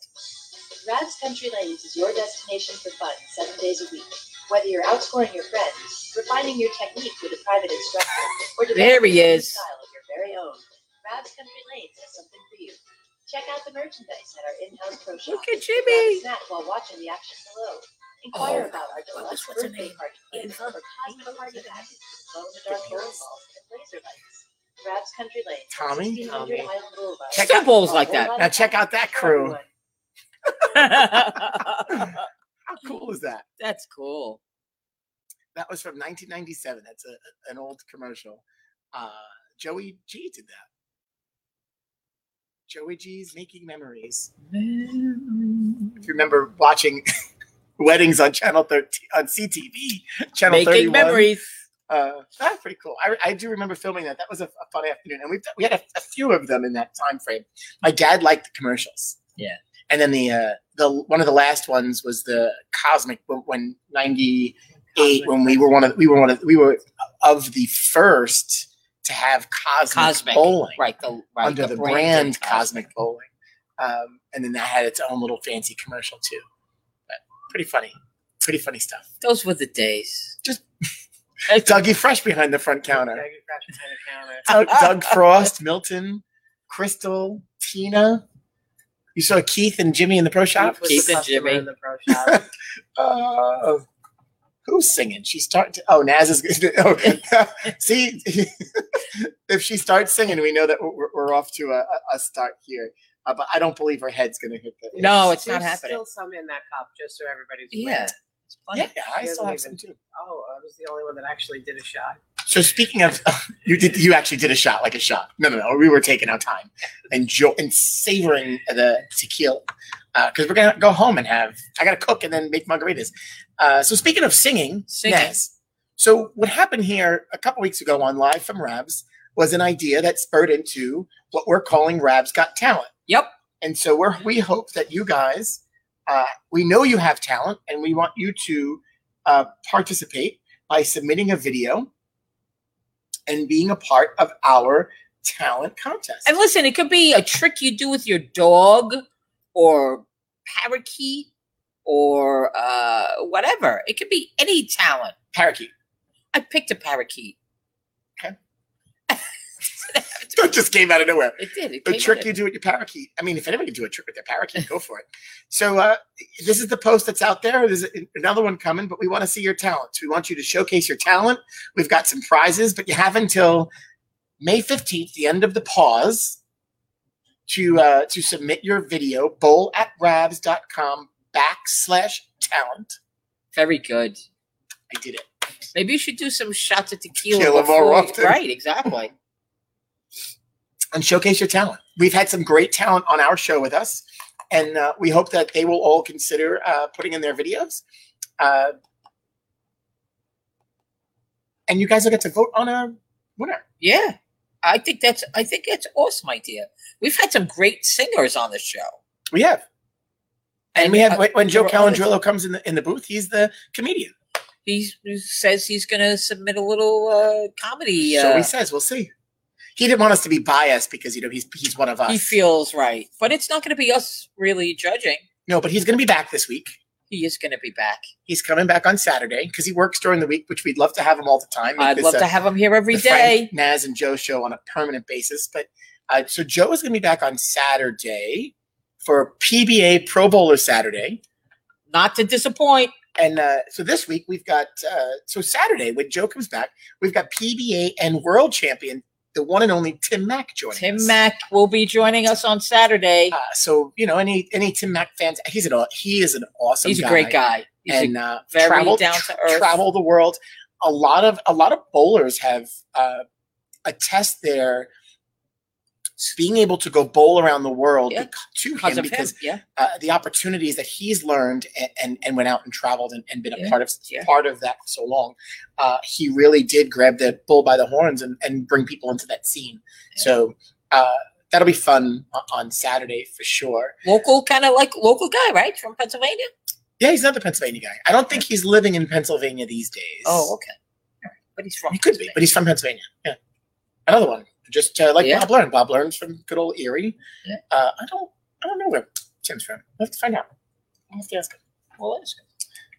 E: Rad's Country Lanes is your destination for fun seven days a week. Whether you're outscoring your friends, refining your technique with a private instructor, or
B: There he
E: developing a new
B: is.
E: style of your very own, Rad's Country Lanes has something for you. Check out the merchandise at our in-house pro shop.
B: Look at
E: Grab a
B: Jimmy.
E: Snack while watching the action below. Inquire
B: Oh,
E: about our deluxe
B: what's her
E: birthday
B: name?
E: party plan
B: Eva?
E: for cosmic party packs, glow-in-the-dark bowling balls, and laser lights. Rad's Country Lanes. at
A: Tommy?
E: 1600
C: Tommy.
E: Island Boulevard.
A: Check
B: Still bowls like
E: Hold
B: that.
E: on
A: Now
E: to
A: check out that crew.
E: for everyone.
A: How cool is that?
B: That's cool.
A: That was from 1997. That's a, an old commercial. Uh, Joey G did that. Joey G's Making Memories. If you remember watching weddings on Channel 13 on CTV, Channel
B: Making
A: 31.
B: memories.
A: uh, that's pretty cool. I, I do remember filming that. That was a, a fun afternoon, and we've done- we had a, a few of them in that time frame. My dad liked the commercials.
B: Yeah.
A: and then the uh, the one of the last ones was the Cosmic when, when ninety eight when we were one of we were one of we were of the first to have cosmic,
B: Cosmic.
A: bowling
B: Right. The, right,
A: under the, brand, Cosmic, Bowling, um, and then that had its own little fancy commercial too. But pretty funny, pretty funny stuff.
B: Those were the days.
A: Just-
B: It's-
A: Dougie Fresh behind the front counter.
D: Yeah, you crash behind the counter.
A: Doug, Doug Frost, Milton, Crystal, Tina. You saw Keith and Jimmy in the pro shop.
C: Was the
B: Keith and
C: customer
B: Jimmy.
C: in the pro shop.
A: Uh, who's singing? She starts. Oh, Naz is. Oh, see, if she starts singing, we know that we're, we're off to a, a- a start here. Uh, but I don't believe her head's going to hit the.
B: No, it's not
C: There's
B: happening.
C: Still some in that cup, just so everybody's.
B: Yeah.
C: aware.
A: Yeah, I
C: She
A: still
C: hasn't
A: have some
C: even-
A: too.
C: Oh, I was the only one that actually did a shot.
A: So speaking of, you did. You actually did a shot, like a shot. No, no, no. We were taking our time, enjoy and savoring the tequila, because we're gonna go home and have. I gotta cook and then make margaritas. Uh, so speaking of singing,
B: Singing.
A: Naz, so what happened here a couple weeks ago on Live from Rabs was an idea that spurred into what we're calling Rabs Got Talent.
B: Yep.
A: And so we're, we hope that you guys, uh, we know you have talent, and we want you to uh, participate by submitting a video and being a part of our talent contest.
B: And listen, it could be a trick you do with your dog or parakeet or uh, whatever. It could be any talent.
A: Parakeet.
B: I picked a parakeet.
A: Okay. It just came out of nowhere.
B: It did. It
A: A
B: came
A: trick
B: out
A: you
B: of-
A: do with your parakeet. I mean, if anybody can do a trick with their parakeet, go for it. So uh, this is the post that's out there. There's a- another one coming, but we want to see your talents. We want you to showcase your talent. We've got some prizes, but you have until May 15th, the end of the pause, to uh, to submit your video, bowl at rabs.com backslash talent.
B: Very good.
A: I did it.
B: Maybe you should do some shots of tequila.
A: Tequila more
B: before you-
A: often.
B: Right, exactly.
A: And showcase your talent. We've had some great talent on our show with us, and uh, we hope that they will all consider uh, putting in their videos. Uh, and you guys will get to vote on a winner.
B: Yeah. I think that's I think that's awesome idea. We've had some great singers on the show.
A: We have. And, we have
B: uh,
A: when- when
B: there
A: Joe
B: were others.
A: Calandrillo comes in the in the booth, he's the comedian.
B: He's, he says he's going to submit a little uh, comedy.
A: So
B: uh,
A: he says, we'll see. He didn't want us to be biased because you know he's he's one of us.
B: he feels right, but it's not going to be us really judging.
A: no, but he's going to be back this week.
B: He is going to be back.
A: He's coming back on Saturday because he works during the week, which we'd love to have him all the time. uh, Make
B: I'd
A: this
B: love
A: a-
B: to have him here every
A: the Frank,
B: day.
A: Naz and Joe show on a permanent basis. But uh, so Joe is going to be back on Saturday for PBA Pro Bowler Saturday.
B: Not to disappoint.
A: And uh, so this week we've got, uh, so Saturday when Joe comes back, we've got PBA and world champion, the one and only Tim Mack joining
B: Tim
A: us.
B: Mack will be joining us on Saturday.
A: Uh, so, you know, any any Tim Mack fans, he's an, aw- he is an awesome
B: he's
A: guy.
B: a great guy. He's
A: and uh,
B: very
A: traveled-
B: down to earth.
A: travel the world. A lot of a lot of bowlers have uh, a test there. Being able to go bowl around the world
B: Yeah.
A: bec-
B: a,
A: to
B: because
A: him
B: of him.
A: because
B: Yeah.
A: Uh, the opportunities that he's learned and, and, and went out and traveled and, and been a
B: Yeah.
A: part of
B: Yeah.
A: part of that for so long, uh, he really did grab the bull by the horns and, and bring people into that scene.
B: Yeah.
A: So uh, that'll be fun o- on Saturday for sure.
B: Local kind of like local guy, right? From Pennsylvania.
A: Yeah, he's not the Pennsylvania guy. I don't think he's living in Pennsylvania these days.
B: Oh, okay. All right. But he's from.
A: He could be, but he's from Pennsylvania. Yeah. Another one, just uh, like
B: Yeah.
A: Bob Learn. Bob Learn's from good old Erie.
B: Yeah.
A: Uh, I don't, I don't know where Tim's from. We'll have to find out. I'll have to ask him.
B: Well, that's good.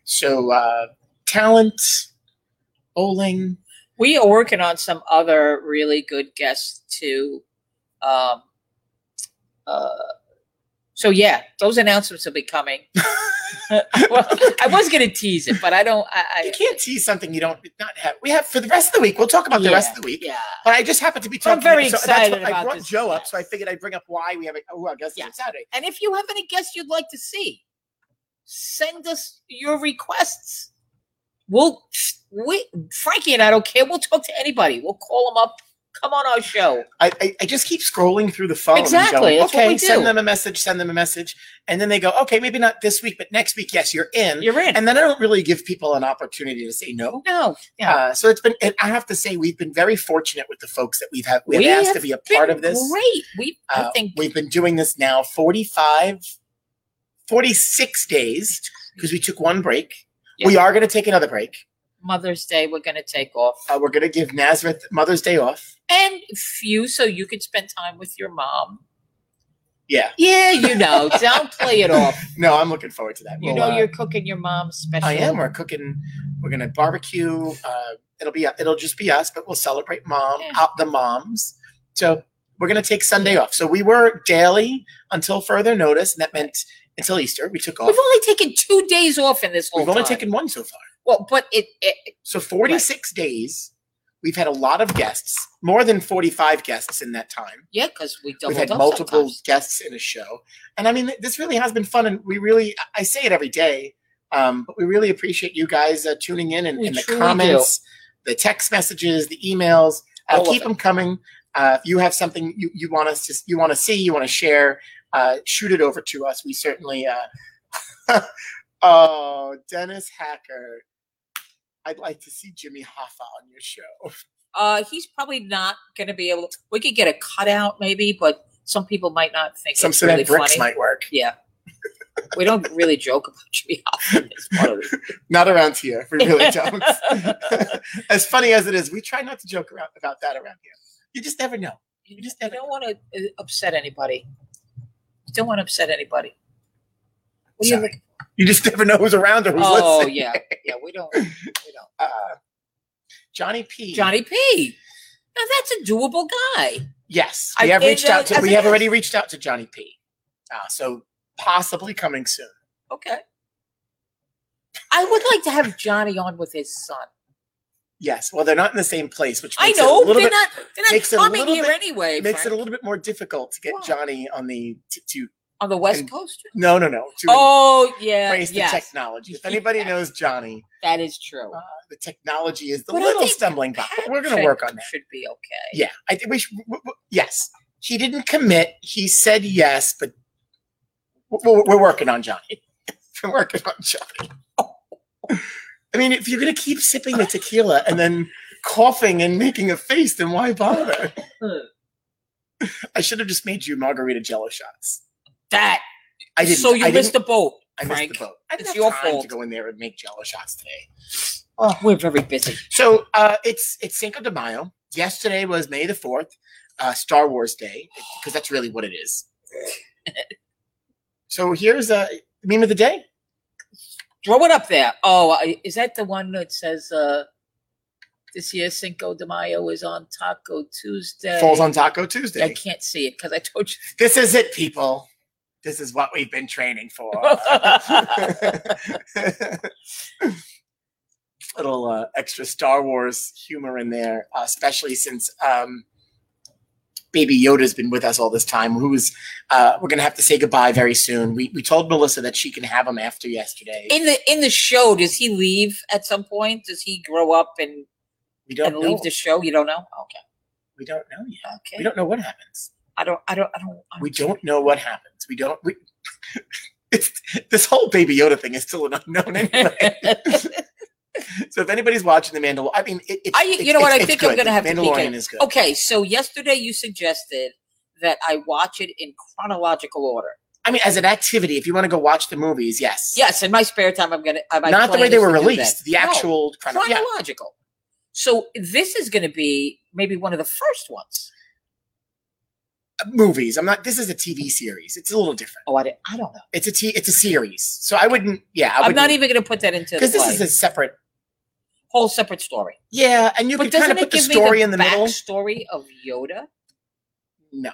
A: So, uh, talent, bowling.
B: We are working on some other really good guests too. Um, uh, so yeah, those announcements will be coming. well, I was gonna tease it, but I don't. I, I
A: you can't tease something you don't not have. We have for the rest of the week. We'll talk about the rest of the week.
B: Yeah,
A: But I just happen to be
B: I'm
A: talking.
B: very
A: so that's
B: excited
A: what- I
B: about
A: brought
B: this.
A: Joe up, so I figured I'd bring up why we have a oh, I guess
B: Yeah.
A: it's Saturday.
B: and if you have any guests you'd like to see, send us your requests. We'll we Frankie and I don't care. We'll talk to anybody. We'll call them up. Come on our show.
A: I, I, I just keep scrolling through the phone. and
B: Exactly,
A: going,
B: that's what
A: okay,
B: we
A: send
B: do.
A: them a message, send them a message. And then they go, okay, maybe not this week, but next week, yes, you're in.
B: You're in.
A: and then I don't really give people an opportunity to say no.
B: no, yeah.
A: Uh, so it's been, and I have to say, we've been very fortunate with the folks that we've had. We've
B: We
A: asked
B: have
A: to be a part
B: been
A: of this.
B: Great. We I
A: Uh,
B: think
A: We've been doing this now 45, 46 days because we took one break.
B: Yeah.
A: We are going to take another break.
B: Mother's Day we're gonna take off.
A: Uh, we're going to give Nazareth Mother's Day off.
B: and few so you can spend time with your mom.
A: Yeah.
B: Yeah, you know, don't play it off.
A: No, I'm looking forward to that. We'll,
B: You know,
A: uh,
B: you're cooking your mom's special.
A: I am. We're cooking. We're gonna barbecue. Uh, it'll be. It'll just be us, but we'll celebrate mom
B: Yeah.
A: out the moms. So we're going to take Sunday off. So we were daily until further notice, and that meant until Easter. We took off.
B: We've only taken two days off in this whole
A: We've only
B: time.
A: taken one so far.
B: well, but it, it
A: So 46 days. We've had a lot of guests, more than 45 guests in that time.
B: yeah, because we doubled
A: We've had
B: up
A: multiple
B: sometimes.
A: guests in a show. And I mean, th- this really has been fun. And we really, I- I say it every day, um, but we really appreciate you guys uh, tuning in and,
B: We
A: and the
B: truly
A: comments, the text messages, the emails. Uh,
B: All of
A: keep
B: it.
A: them coming. Uh, if you have something you, you want us to, you want to see, you want to share, uh, shoot it over to us. We certainly, uh, oh, Dennis Hacker. I'd like to see Jimmy Hoffa on your show.
B: Uh, he's probably not going to be able. To, we could get a cutout maybe, but some people might not think
A: Some
B: it's
A: cement
B: really
A: bricks
B: funny.
A: might work.
B: Yeah, we don't really joke about Jimmy Hoffa. It's part of it.
A: Not around here. We really don't. as funny as it is, we try not to joke around about that around here. You just never know.
B: You
A: just
B: just
A: never
B: don't want to upset anybody. You don't want to upset anybody. What are you
A: Sorry.
B: looking-
A: You just never know who's around or who's
B: oh
A: listening.
B: yeah, yeah. We don't. We don't.
A: Uh, Johnny P.
B: Johnny P. Now that's a doable guy.
A: Yes, we
B: I-
A: have
B: it-
A: reached out to.
B: as
A: We
B: it
A: have
B: is.
A: already reached out to Johnny P. Uh, so possibly coming soon.
B: Okay. I would like to have Johnny on with his son.
A: Yes. Well, they're not in the same place, which
B: I
A: makes
B: know
A: it a
B: they're
A: little bit
B: not. They're not
A: makes it a
B: coming
A: little
B: here
A: bit-
B: anyway.
A: makes it a
B: Frank.
A: little bit more difficult to get
B: Why?
A: Johnny on the to, to
B: on the West
A: and-
B: Coast.
A: no no no to
B: Oh yeah,
A: embrace the
B: yes,
A: technology. If anybody
B: Yes.
A: knows Johnny,
B: that is true.
A: Uh, the technology is the
B: But I
A: little
B: think
A: stumbling block. But we're going to
B: Patrick
A: work on that.
B: Should be okay.
A: Yeah, I think we should. w- w- Yes, he didn't commit. He said yes, but we're, we're working on Johnny. We're working on Johnny. I mean, if you're going to keep sipping the tequila and then coughing and making a face, then why bother? I should have just made you margarita jello shots.
B: That
A: I didn't.
B: so you
A: I
B: missed
A: didn't-
B: the boat,
A: I missed
B: Frank.
A: the boat. I didn't
B: It's
A: have
B: your
A: time to
B: fault.
A: go in there and make jello shots today.
B: Oh, we're very busy.
A: So uh, it's it's Cinco de Mayo. Yesterday was May the Fourth, uh, Star Wars Day, because that's really what it is. so here's a meme of the day.
B: Throw it up there. Oh, I- is that the one that says uh, this year Cinco de Mayo is on Taco Tuesday?
A: Falls on Taco
B: I
A: Tuesday.
B: can't see it because I told you.
A: This is it, people. This is what we've been training for. Little uh, extra Star Wars humor in there, uh, especially since um, Baby Yoda's been with us all this time. Who's uh, we're gonna have to say goodbye very soon. We we told Melissa that she can have him after yesterday.
B: In the in the show, does he leave at some point? Does he grow up and,
A: we
B: and
A: don't know.
B: leave the show? You don't know. Okay.
A: we don't know yet.
B: Okay.
A: We don't know what happens.
B: I don't. I don't. I don't. I
A: We don't know what happens. We don't. We, it's, this whole Baby Yoda thing is still an unknown anyway. So if anybody's watching The Mandalorian, I mean, it, it's,
B: I- you know what? I
A: it's
B: think I'm
A: good.
B: gonna
A: The
B: have to peek
A: Mandalorian
B: at it.
A: is good.
B: okay. So yesterday you suggested that I watch it in chronological order.
A: I mean, as an activity, if you want to go watch the movies, yes,
B: Yes, in my spare time, I'm gonna. I might
A: not the
B: plan
A: way they
B: is
A: were
B: to do that.
A: released. The
B: No,
A: actual chrono- yeah.
B: chronological. So this is going to be maybe one of the first ones.
A: uh, movies. I'm not. This is a TV series. It's a little different.
B: Oh, I, didn't, I don't know.
A: It's a t. It's a series. So I wouldn't. Yeah, I
B: I am
A: wouldn't,
B: not even going to put that into the
A: because this is
B: play.
A: a separate.
B: whole separate story.
A: Yeah, and you
B: but
A: could kind
B: doesn't
A: of put
B: it
A: the
B: give
A: story
B: me the
A: in the middle.
B: backstory of Yoda?
A: No,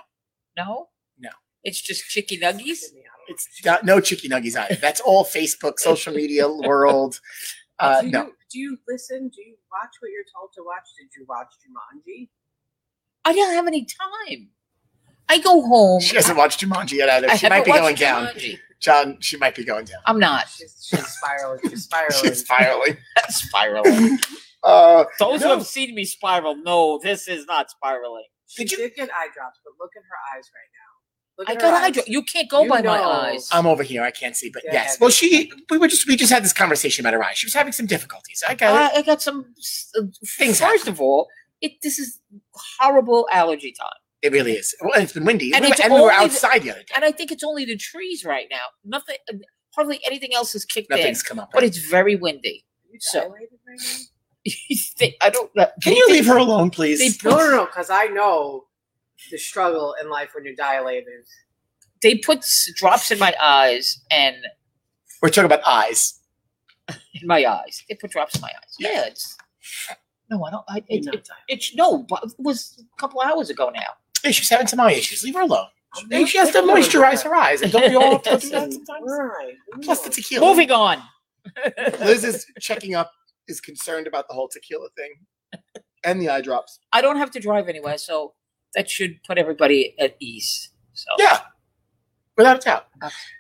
B: No,
A: No.
B: It's just chicky nuggies.
A: it's not, no chicky nuggies either. That's all Facebook, social media world. Uh,
C: do you,
A: no,
C: Do you listen? Do you watch what you're told to watch? Did you watch Jumanji?
B: I don't have any time. I go home.
A: she hasn't watched Jumanji yet either.
B: I
A: She might
B: haven't
A: be going
B: watched
A: down,
B: Jumanji.
A: John. She might be going down.
B: I'm not.
C: She's, she's spiraling. She's spiraling.
A: She's spiraling.
B: spiraling.
A: Uh,
B: Those
A: No.
B: who have seen me spiral know this is not spiraling.
C: she
A: Did you-
C: did get eye drops, but look at her eyes right now. Look
B: I
C: at
B: got
C: her
B: eye
C: eyes.
B: dro- You can't go
C: You
B: by my
C: know.
B: eyes.
A: I'm over here. I can't see, but
C: Yeah,
A: yes.
C: yeah.
A: Well, she we were just we just had this conversation about her eyes. She was having some difficulties. I got
B: Uh, I, I got some uh,
A: Things
B: First of all, it this is horrible allergy time,
A: it. It really is. Well, and it's been windy,
B: And
A: we, were-
B: it's
A: and we were
B: only the-
A: outside the other day.
B: and I think it's only the trees right now. Nothing, uh, hardly anything else is kicked in,
A: Nothing's come up.
B: but it's very windy.
C: You
B: So-
C: dilated right now?
B: They- I don't. know.
A: Can you
B: They-
A: leave her alone, please?
B: They
C: No, no,
B: put,
C: no, because I know the struggle in life when you're dilated.
B: they put s- drops in my eyes and
A: we're talking about eyes.
B: in my eyes. They put drops in my eyes.
A: Yeah.
B: Yeah, it's no, I don't. I,
C: You
B: it,
C: know,
B: it, it's no, but it was a couple hours ago now.
A: Hey, she's having some eye issues. Leave her alone.
C: I'm
A: Hey,
C: not
A: she has to
C: picking on
A: moisturize
C: her.
A: her eyes, and don't we all have to do that
C: Listen,
A: sometimes?
C: Right.
A: Plus the
C: Ooh.
A: tequila.
B: Moving on.
A: Liz is checking up, is concerned about the whole tequila thing, and the eye drops.
B: I don't have to drive anywhere, so that should put everybody at ease. So
A: Yeah, without a doubt.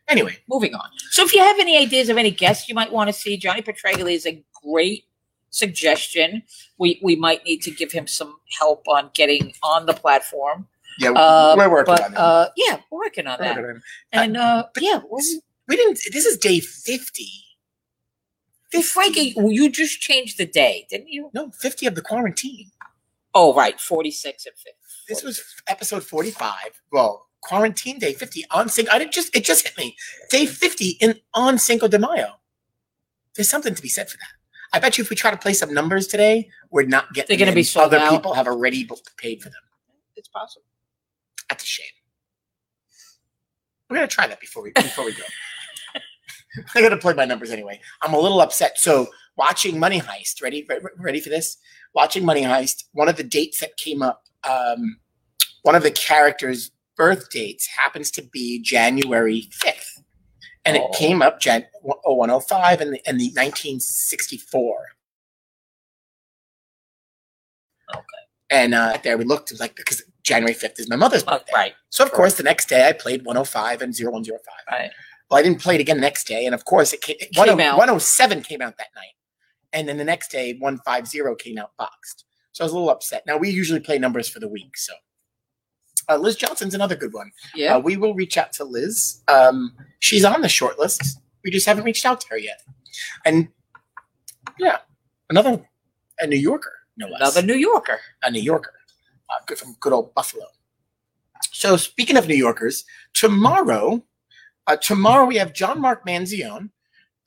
A: Anyway,
B: moving on. So if you have any ideas of any guests you might want to see, Johnny Petragley is a great suggestion. We we might need to give him some help on getting on the platform.
A: yeah,
B: Uh,
A: we're working
B: but,
A: on it.
B: Uh, yeah, we're working on
A: We're
B: that.
A: working on it.
B: And uh, yeah, well,
A: This- We didn't. This is day fifty.
B: Frankie, well, you just changed the day, didn't you?
A: No, fifty of the quarantine.
B: Oh, right, forty-six and fifty.
A: This was episode forty-five. Well, quarantine day fifty on Cinco. I didn't just. It just hit me. Day fifty in on Cinco de Mayo. There's something to be said for that. I bet you if we try to play some numbers today, we're not getting.
B: They're gonna be
A: in.
B: sold
A: Other
B: out.
A: people have already b- paid for them.
B: It's possible.
A: That's a shame. We're gonna try that before we before we go. I gotta play my numbers anyway. I'm a little upset. So watching Money Heist, ready re- re- ready for this? Watching Money Heist, one of the dates that came up, um, one of the characters' birth dates happens to be January fifth, and
B: Oh.
A: it came up Jan oh, 0105 and the, and the 1964.
B: Okay.
A: And uh, there we looked it was like because January fifth is my mother's
B: Uh,
A: birthday.
B: right,
A: So of course, the next day I played 105 and 0105.
B: right.
A: Well, I didn't play it again the next day, and of course, it oh, came,
B: Came
A: 10-
B: out.
A: 107 came out that night, and then the next day 150 came out boxed. So I was a little upset. Now we usually play numbers for the week, so uh, Liz Johnson's another good one.
B: Yeah.
A: Uh, we will reach out to Liz. Um, she's on the short list. We just haven't reached out to her yet. And yeah, another a New Yorker, no less
B: Another New Yorker.
A: a New Yorker, uh, good from good old Buffalo. So speaking of New Yorkers, tomorrow, uh, tomorrow we have John Mark Manzione,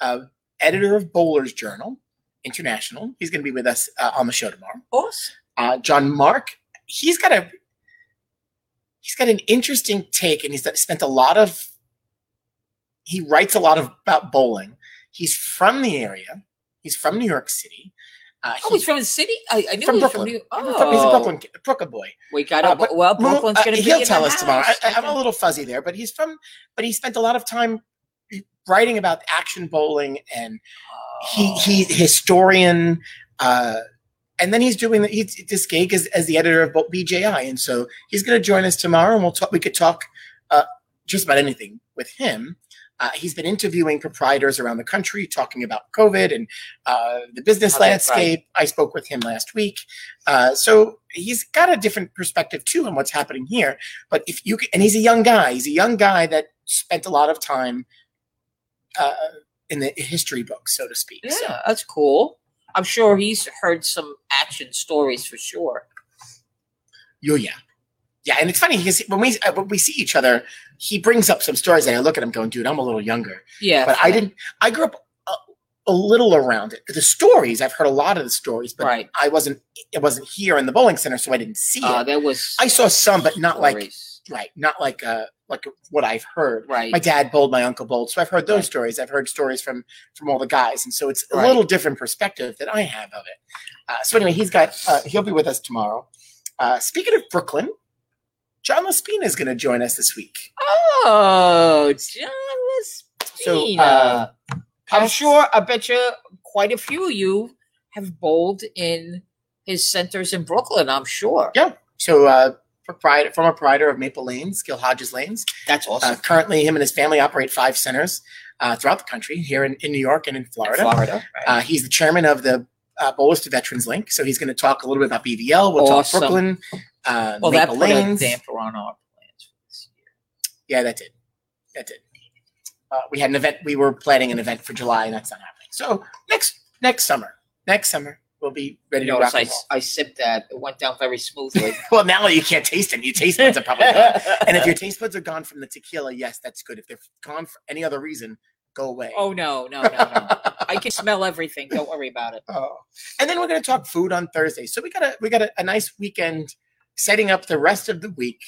A: uh, editor of Bowler's Journal International. He's going to be with us uh, on the show tomorrow.
B: Awesome.
A: Uh, John Mark, he's got a he's got an interesting take, and he's spent a lot of he writes a lot of, about bowling. He's from the area. He's from New York City. Uh,
B: Oh, he's from the city. I, I knew
A: From
B: he was from
A: Brooklyn.
B: New York.
A: he's from-
B: Oh,
A: he's a Brooklyn, kid- Brooklyn boy.
B: We got a
A: Uh, but-
B: well.
A: Well,
B: Brooklyn's going
A: uh,
B: to be.
A: He'll
B: in
A: tell
B: the
A: us tomorrow. I,
B: house.
A: I, I'm a
B: Okay.
A: little fuzzy there, but he's from. But he spent a lot of time writing about action bowling, and he he's a
B: Oh.
A: historian. Uh, and then he's doing the, he's, this gig as, as the editor of bo- BJI, and so he's going to join us tomorrow, and we'll talk. We could talk uh, just about anything with him. Uh, he's been interviewing proprietors around the country, talking about COVID and uh, the business
B: How they
A: landscape. I spoke with him last week, uh, so he's got a different perspective too on what's happening here. But if you c- and he's a young guy, he's a young guy that spent a lot of time uh, in the history books, so to speak.
B: Yeah,
A: So
B: that's cool. I'm sure he's heard some action stories for sure.
A: you yeah. Yeah, and it's funny because when we uh, when we see each other, he brings up some stories, and I look at him going, "Dude, I'm a little younger."
B: Yeah,
A: but I didn't. I grew up a, a little around it. The stories I've heard a lot of the stories, but
B: Right.
A: I wasn't. It wasn't here in the bowling center, so I didn't see
B: Uh,
A: it.
B: there was.
A: I saw some, but not like
B: stories.
A: right, not like uh like what I've heard.
B: right.
A: My dad bowled, my uncle bowled, so I've heard those
B: Right.
A: stories. I've heard stories from from all the guys, and so it's a
B: Right.
A: little different perspective that I have of it. Uh, so anyway, he's got uh, he'll be with us tomorrow. Uh, speaking of Brooklyn, John Laspina is going to join us this week.
B: oh, John was.
A: So
B: Laspina.
A: uh,
B: I'm
A: past-
B: sure. I bet you quite a few of you have bowled in his centers in Brooklyn. I'm sure.
A: Yeah. So, uh, proprietor, former proprietor of Maple Lanes, Gil Hodges Lanes.
B: that's
A: Uh, currently, him and his family operate five centers uh, throughout the country, here in, in New York and in Florida.
B: Florida. right.
A: Uh, he's the chairman of the uh, Bowlers to Veterans Link. So, he's going to talk a little bit about BVL. We'll
B: Awesome.
A: talk Brooklyn, uh,
B: well, that
A: Maple
B: put a
A: Lanes.
B: damper on our plans for this year.
A: Yeah, that did. That did. Uh, we had an event. We were planning an event for July, and that's not happening. So next next summer, next summer we'll be ready
B: You
A: to rock
B: notice I,
A: and roll.
B: I sipped that. It went down very smoothly. uh,
A: Well, now you can't taste them. You taste buds are probably gone. and if your taste buds are gone from the tequila, yes, that's good. If they're gone for any other reason, go away.
B: oh no, no, no, no! I can smell everything. Don't worry about it.
A: Oh. And then we're gonna talk food on Thursday. So we got a we got a, a nice weekend setting up the rest of the week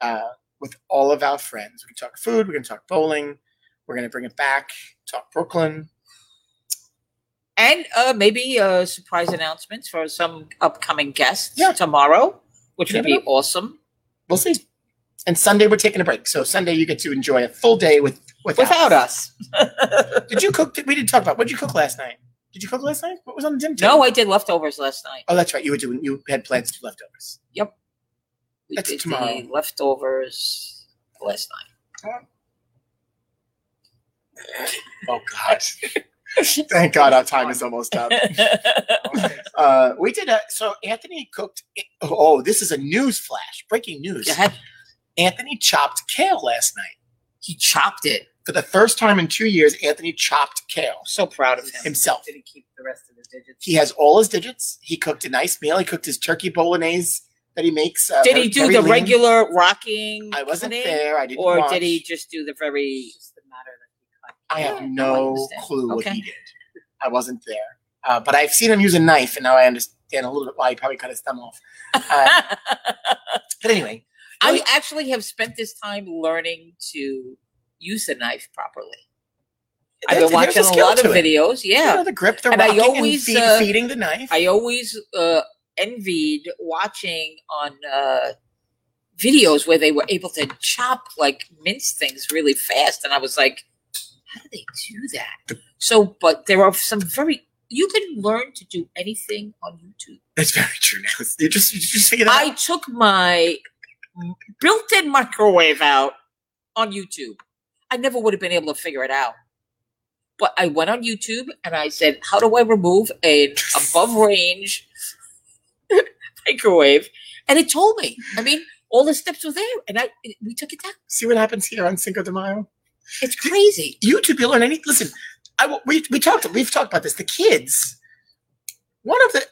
A: uh, with all of our friends. We can talk food. We're gonna talk bowling. We're gonna bring it back. Talk Brooklyn.
B: And uh, maybe uh, surprise announcements for some upcoming guests
A: Yeah.
B: tomorrow, which
A: You
B: would be
A: never
B: awesome.
A: we'll see. And Sunday we're taking a break, so Sunday you get to enjoy a full day with without.
B: without us.
A: Did you cook? We didn't talk about. What did you cook last night? Did you cook last night? What was on the dinner table?
B: No, I did leftovers last night.
A: Oh, that's right. You were doing. You had plans to do leftovers.
B: We
A: That's
B: did
A: tomorrow.
B: the leftovers last night.
A: Oh God! Thank God our time is almost up. Uh, we did a so Anthony cooked. Oh, this is a news flash! Breaking news.
B: You had-
A: Anthony chopped kale last night.
B: he chopped it.
A: For the first time in two years, Anthony chopped kale
B: So proud of him.
A: himself.
C: Did he keep the rest of his digits?
A: He has all his digits. He cooked a nice meal. He cooked his turkey bolognese that he makes. Uh,
B: Did
A: very-
B: he do
A: very
B: the
A: lean.
B: regular rocking?
A: I wasn't
B: thing,
A: there. I didn't.
B: Or
A: watch.
B: did he just do the very?
C: It's just the matter that he
A: I
C: cut.
A: have
B: Yeah, I
A: no
B: understand.
A: clue what
B: Okay.
A: he did. I wasn't there, uh, but I've seen him use a knife, and now I understand a little bit why he probably cut his thumb off. Uh, but anyway,
B: I actually have spent this time learning to use the knife properly. I've
A: there's-
B: been
A: there's
B: watching a
A: skill
B: lot of
A: to it.
B: videos.
A: You
B: Yeah,
A: know, the grip, the
B: And I
A: rocking,
B: always,
A: and feed,
B: uh,
A: feeding the knife.
B: I always uh, envied watching on uh, videos where they were able to chop like mince things really fast, and I was like, "How do they do that?" So, but there are some very you can learn to do anything on YouTube.
A: That's very true. Now you just you just figured that
B: I took my built-in microwave out on YouTube. I never would have been able to figure it out. But I went on YouTube and I said, "How do I remove an above range microwave?" And it told me. I mean, all the steps were there, and I we took it down.
A: See what happens here on Cinco de Mayo.
B: It's crazy.
A: YouTube, you learn any. Listen, I will- we we talked we've talked about this. The kids, one of the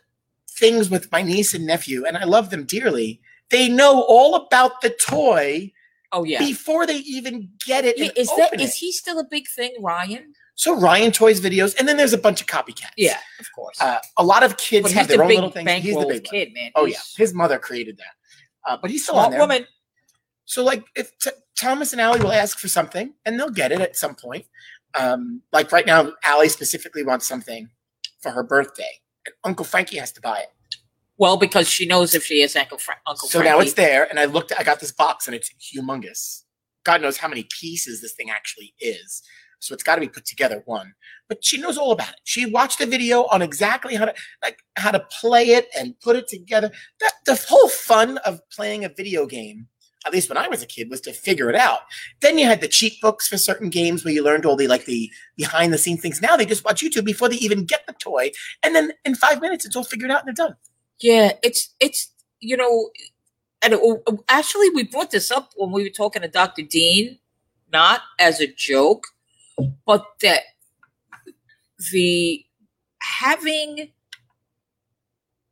A: things with my niece and nephew, and I love them dearly. They know all about the toy
B: Oh yeah.
A: before they even get it.
B: Yeah,
A: and
B: Is that
A: open
B: is
A: it.
B: he still a big thing, Ryan?
A: so? Ryan toys videos, and then there's a bunch of copycats.
B: of course.
A: uh, a lot of kids
B: but he's
A: have
B: the
A: their own
B: big
A: little things. He's the
B: bankroll
A: big one.
B: kid, man.
A: Oh yeah,
B: He's
A: his mother created that, uh, but he's
B: a
A: still on
B: smart
A: there.
B: woman.
A: So like if t- Thomas and Allie will ask for something and they'll get it at some point. Um, like right now, Allie specifically wants something for her birthday, and Uncle Frankie has to buy it.
B: Well, because she knows if she has Uncle, Fra- Uncle
A: so
B: Frankie.
A: now it's there, and I looked. I got this box, and it's humongous. God knows how many pieces this thing actually is. So it's got to be put together one. But she knows all about it. She watched the video on exactly how to like how to play it and put it together. That the whole fun of playing a video game, at least when I was a kid, was to figure it out. Then you had the cheat books for certain games where you learned all the like the behind the scenes things. Now they just watch YouTube before they even get the toy, and then in five minutes it's all figured out and they're done.
B: Yeah, it's it's you know, and it- actually we brought this up when we were talking to Dr. Dean, not as a joke, but that the having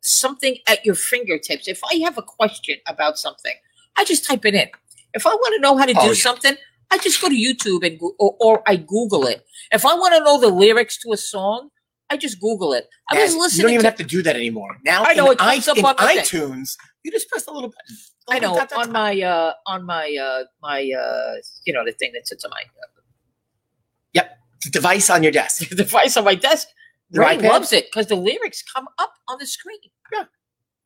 B: something at your fingertips. If I have a question about something, I just type it in. If I want to know how to do
A: Oh, yeah.
B: something, I just go to YouTube and Goo- or, or I Google it. If I want to know the lyrics to a song, I just Google it. I was
A: Now,
B: listening.
A: You don't even
B: to-
A: have to do that anymore. Now
B: I know,
A: in
B: it comes
A: i-
B: up
A: in
B: on my thing.
A: iTunes. You just press the little button. Oh,
B: I know
A: Tap, tap,
B: on
A: tap.
B: my uh on my uh my uh you know the thing that sits on my uh,
A: The device on your desk.
B: device on my desk.
A: Your
B: Ray
A: iPad?
B: loves it because the lyrics come up on the screen.
A: Isn't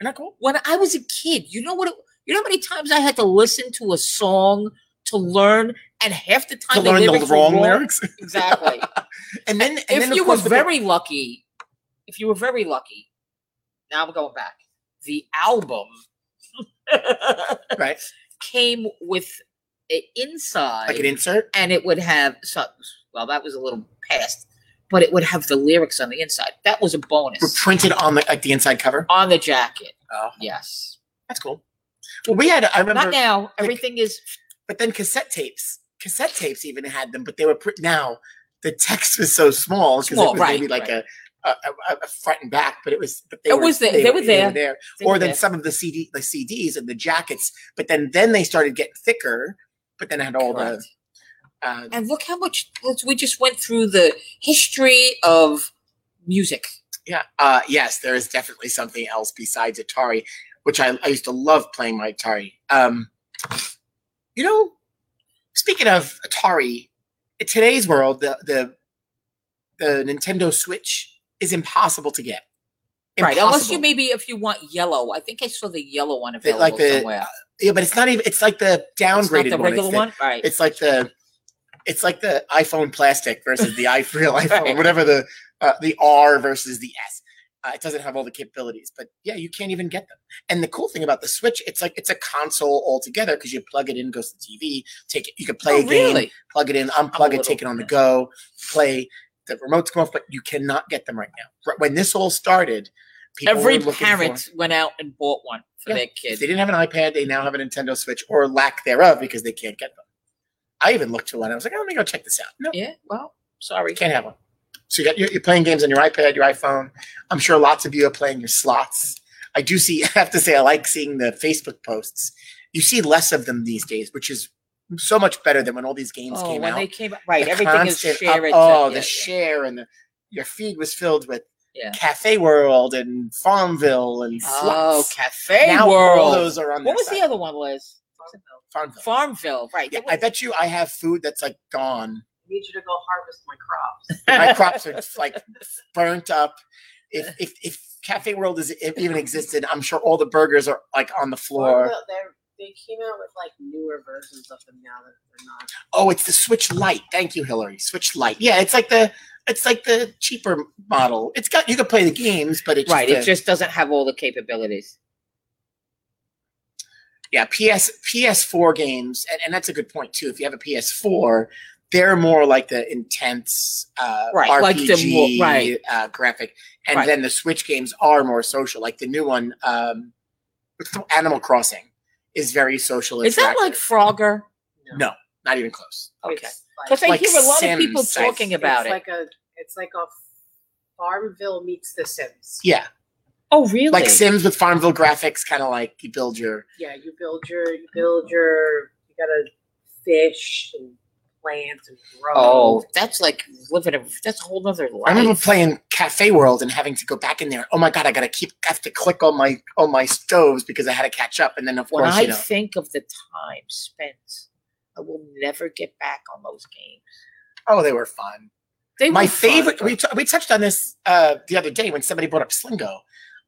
A: that cool?
B: When I was a kid, you know what? It, you know how many times I had to listen to a song to learn, and half the
A: To
B: time
A: learn the
B: lyrics were
A: wrong lyrics,
B: Exactly.
A: and then and then
B: if
A: of
B: you were
A: course with the-
B: very lucky, if you were very lucky, now I'm going back. The album
A: right,
B: came with a inside
A: like an insert.
B: and it would have so, well that was a little past but it would have the lyrics on the inside that was a
A: Were
B: bonus
A: printed on the like the inside cover.
B: on the jacket
A: Oh.
B: yes
A: That's cool. Well, we had I remember,
B: not now everything is
A: but then cassette tapes. Cassette tapes even had them, but they were print now. The text was so small because it
B: Small,
A: was
B: right,
A: maybe like
B: right.
A: a, a, a a front and back, but it was. But they
B: It
A: were,
B: was the-
A: they,
B: they
A: were,
B: were
A: They were
B: there.
A: there. or then some of the CD, the CDs and the jackets. But then then they started getting thicker. But then it had all
B: Correct.
A: the. Uh,
B: and look how much look, we just went through the history of music
A: yeah. Uh, yes, there is definitely something else besides Atari, which I, I used to love playing my Atari. Um, you know, speaking of Atari, in today's world, the the the Nintendo Switch is impossible to get.
B: right unless you
A: Impossible.
B: maybe if you want yellow i think i saw the yellow one
A: They-
B: available
A: like the-
B: somewhere
A: yeah, but it's not even. It's like the downgraded
B: It's not the
A: one.
B: regular
A: It's the-
B: one, right?
A: It's like the, it's like the iPhone plastic versus the i real iPhone,
B: Right.
A: whatever the uh, the R versus the S. Uh, it doesn't have all the capabilities, but yeah, you can't even get them. And the cool thing about the Switch, it's like it's a console altogether because you plug it in, goes to the TV, take it, you could play
B: oh,
A: a game,
B: really?
A: plug it in, unplug it,
B: little-
A: take it on the go, play. The remotes come off, but you cannot get them right now. Right- When this all started, people
B: Every
A: were looking for-
B: parent went out and bought one for
A: Yeah.
B: their
A: if
B: kid.
A: they didn't have an iPad, they now have a Nintendo Switch or lack thereof because they can't get them. I even looked to one. I was like, oh, let me go check this out. No,
B: Yeah. Well, sorry.
A: you can't have one. So you got, you're, you're playing games on your iPad, your iPhone. I'm sure lots of you are playing your slots. I do see, I have to say, I like seeing the Facebook posts. You see less of them these days, which is so much better than when all these games
B: Oh,
A: came
B: when
A: out.
B: they came out, right?
A: The
B: everything is
A: constant
B: shared.
A: up- oh,
B: yeah,
A: the
B: yeah.
A: share and the, your feed was filled with
B: Yeah.
A: Cafe World and Farmville and
B: Oh,
A: slots.
B: Cafe
A: now all
B: World.
A: those are on
B: what
A: their
B: was
A: side.
B: the other one, Liz?
A: Farmville.
B: Farmville, right?
A: Yeah,
B: There
A: I
B: was-
A: bet you I have food that's like gone.
C: need you to go harvest my crops.
A: My crops are like burnt up. If if if Cafe World is if even existed, I'm sure all the burgers are like on the
C: What
A: floor.
C: about their- they came out with like newer versions of them now that they're not.
A: Oh, it's the Switch Lite. Thank you, Hillary. Switch Lite. Yeah, it's like the it's like the cheaper model. It's got you can play the games, but it's
B: right. It
A: Just a-
B: just doesn't have all the capabilities.
A: yeah, PS PS4 games, and, and that's a good point too. If you have a PS4, they're more like the intense uh,
B: Right,
A: RPG
B: like the more- right.
A: uh, graphic, and
B: Right.
A: then the Switch games are more social. Like the new one, um, what's the- Animal Crossing, is very social.
B: Is that like
A: interactive.
B: Frogger?
A: no? Not even close.
B: Okay.
C: It's
B: Because I
A: Like
B: hear a lot of people
A: Sims, I-
B: talking about
C: it's
B: it.
C: like a it's like a Farmville meets The Sims.
A: Yeah,
B: oh, really?
A: like Sims with Farmville graphics, kind of like you build your
C: Yeah, you build your you build your you gotta fish and plant and grow.
B: Oh, that's like living a that's a whole other
A: I remember
B: life.
A: playing Cafe World and having to go back in there. Oh my god, I gotta keep I have to click on my on my stoves because I had to catch up. And then of
B: When
A: course,
B: I
A: you know,
B: think of the time spent, I will never get back on those games.
A: oh, they were fun.
B: They
A: my
B: were fun.
A: favorite. We, t- we touched on this uh, the other day when somebody brought up Slingo.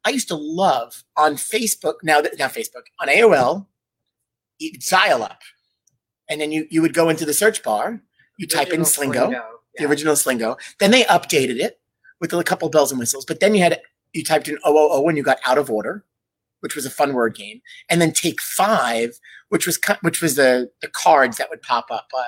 A: I used to love on Facebook now that now Facebook on AOL dial up, and then you you would go into the search bar, you type in
C: Original
A: Slingo, the
C: yeah.
A: original Slingo. Then they updated it with a couple bells and whistles, but then you had you typed in 000 when you got out of order, which was a fun word game, and then take five, which was ki- which was the the cards that would pop up, uh,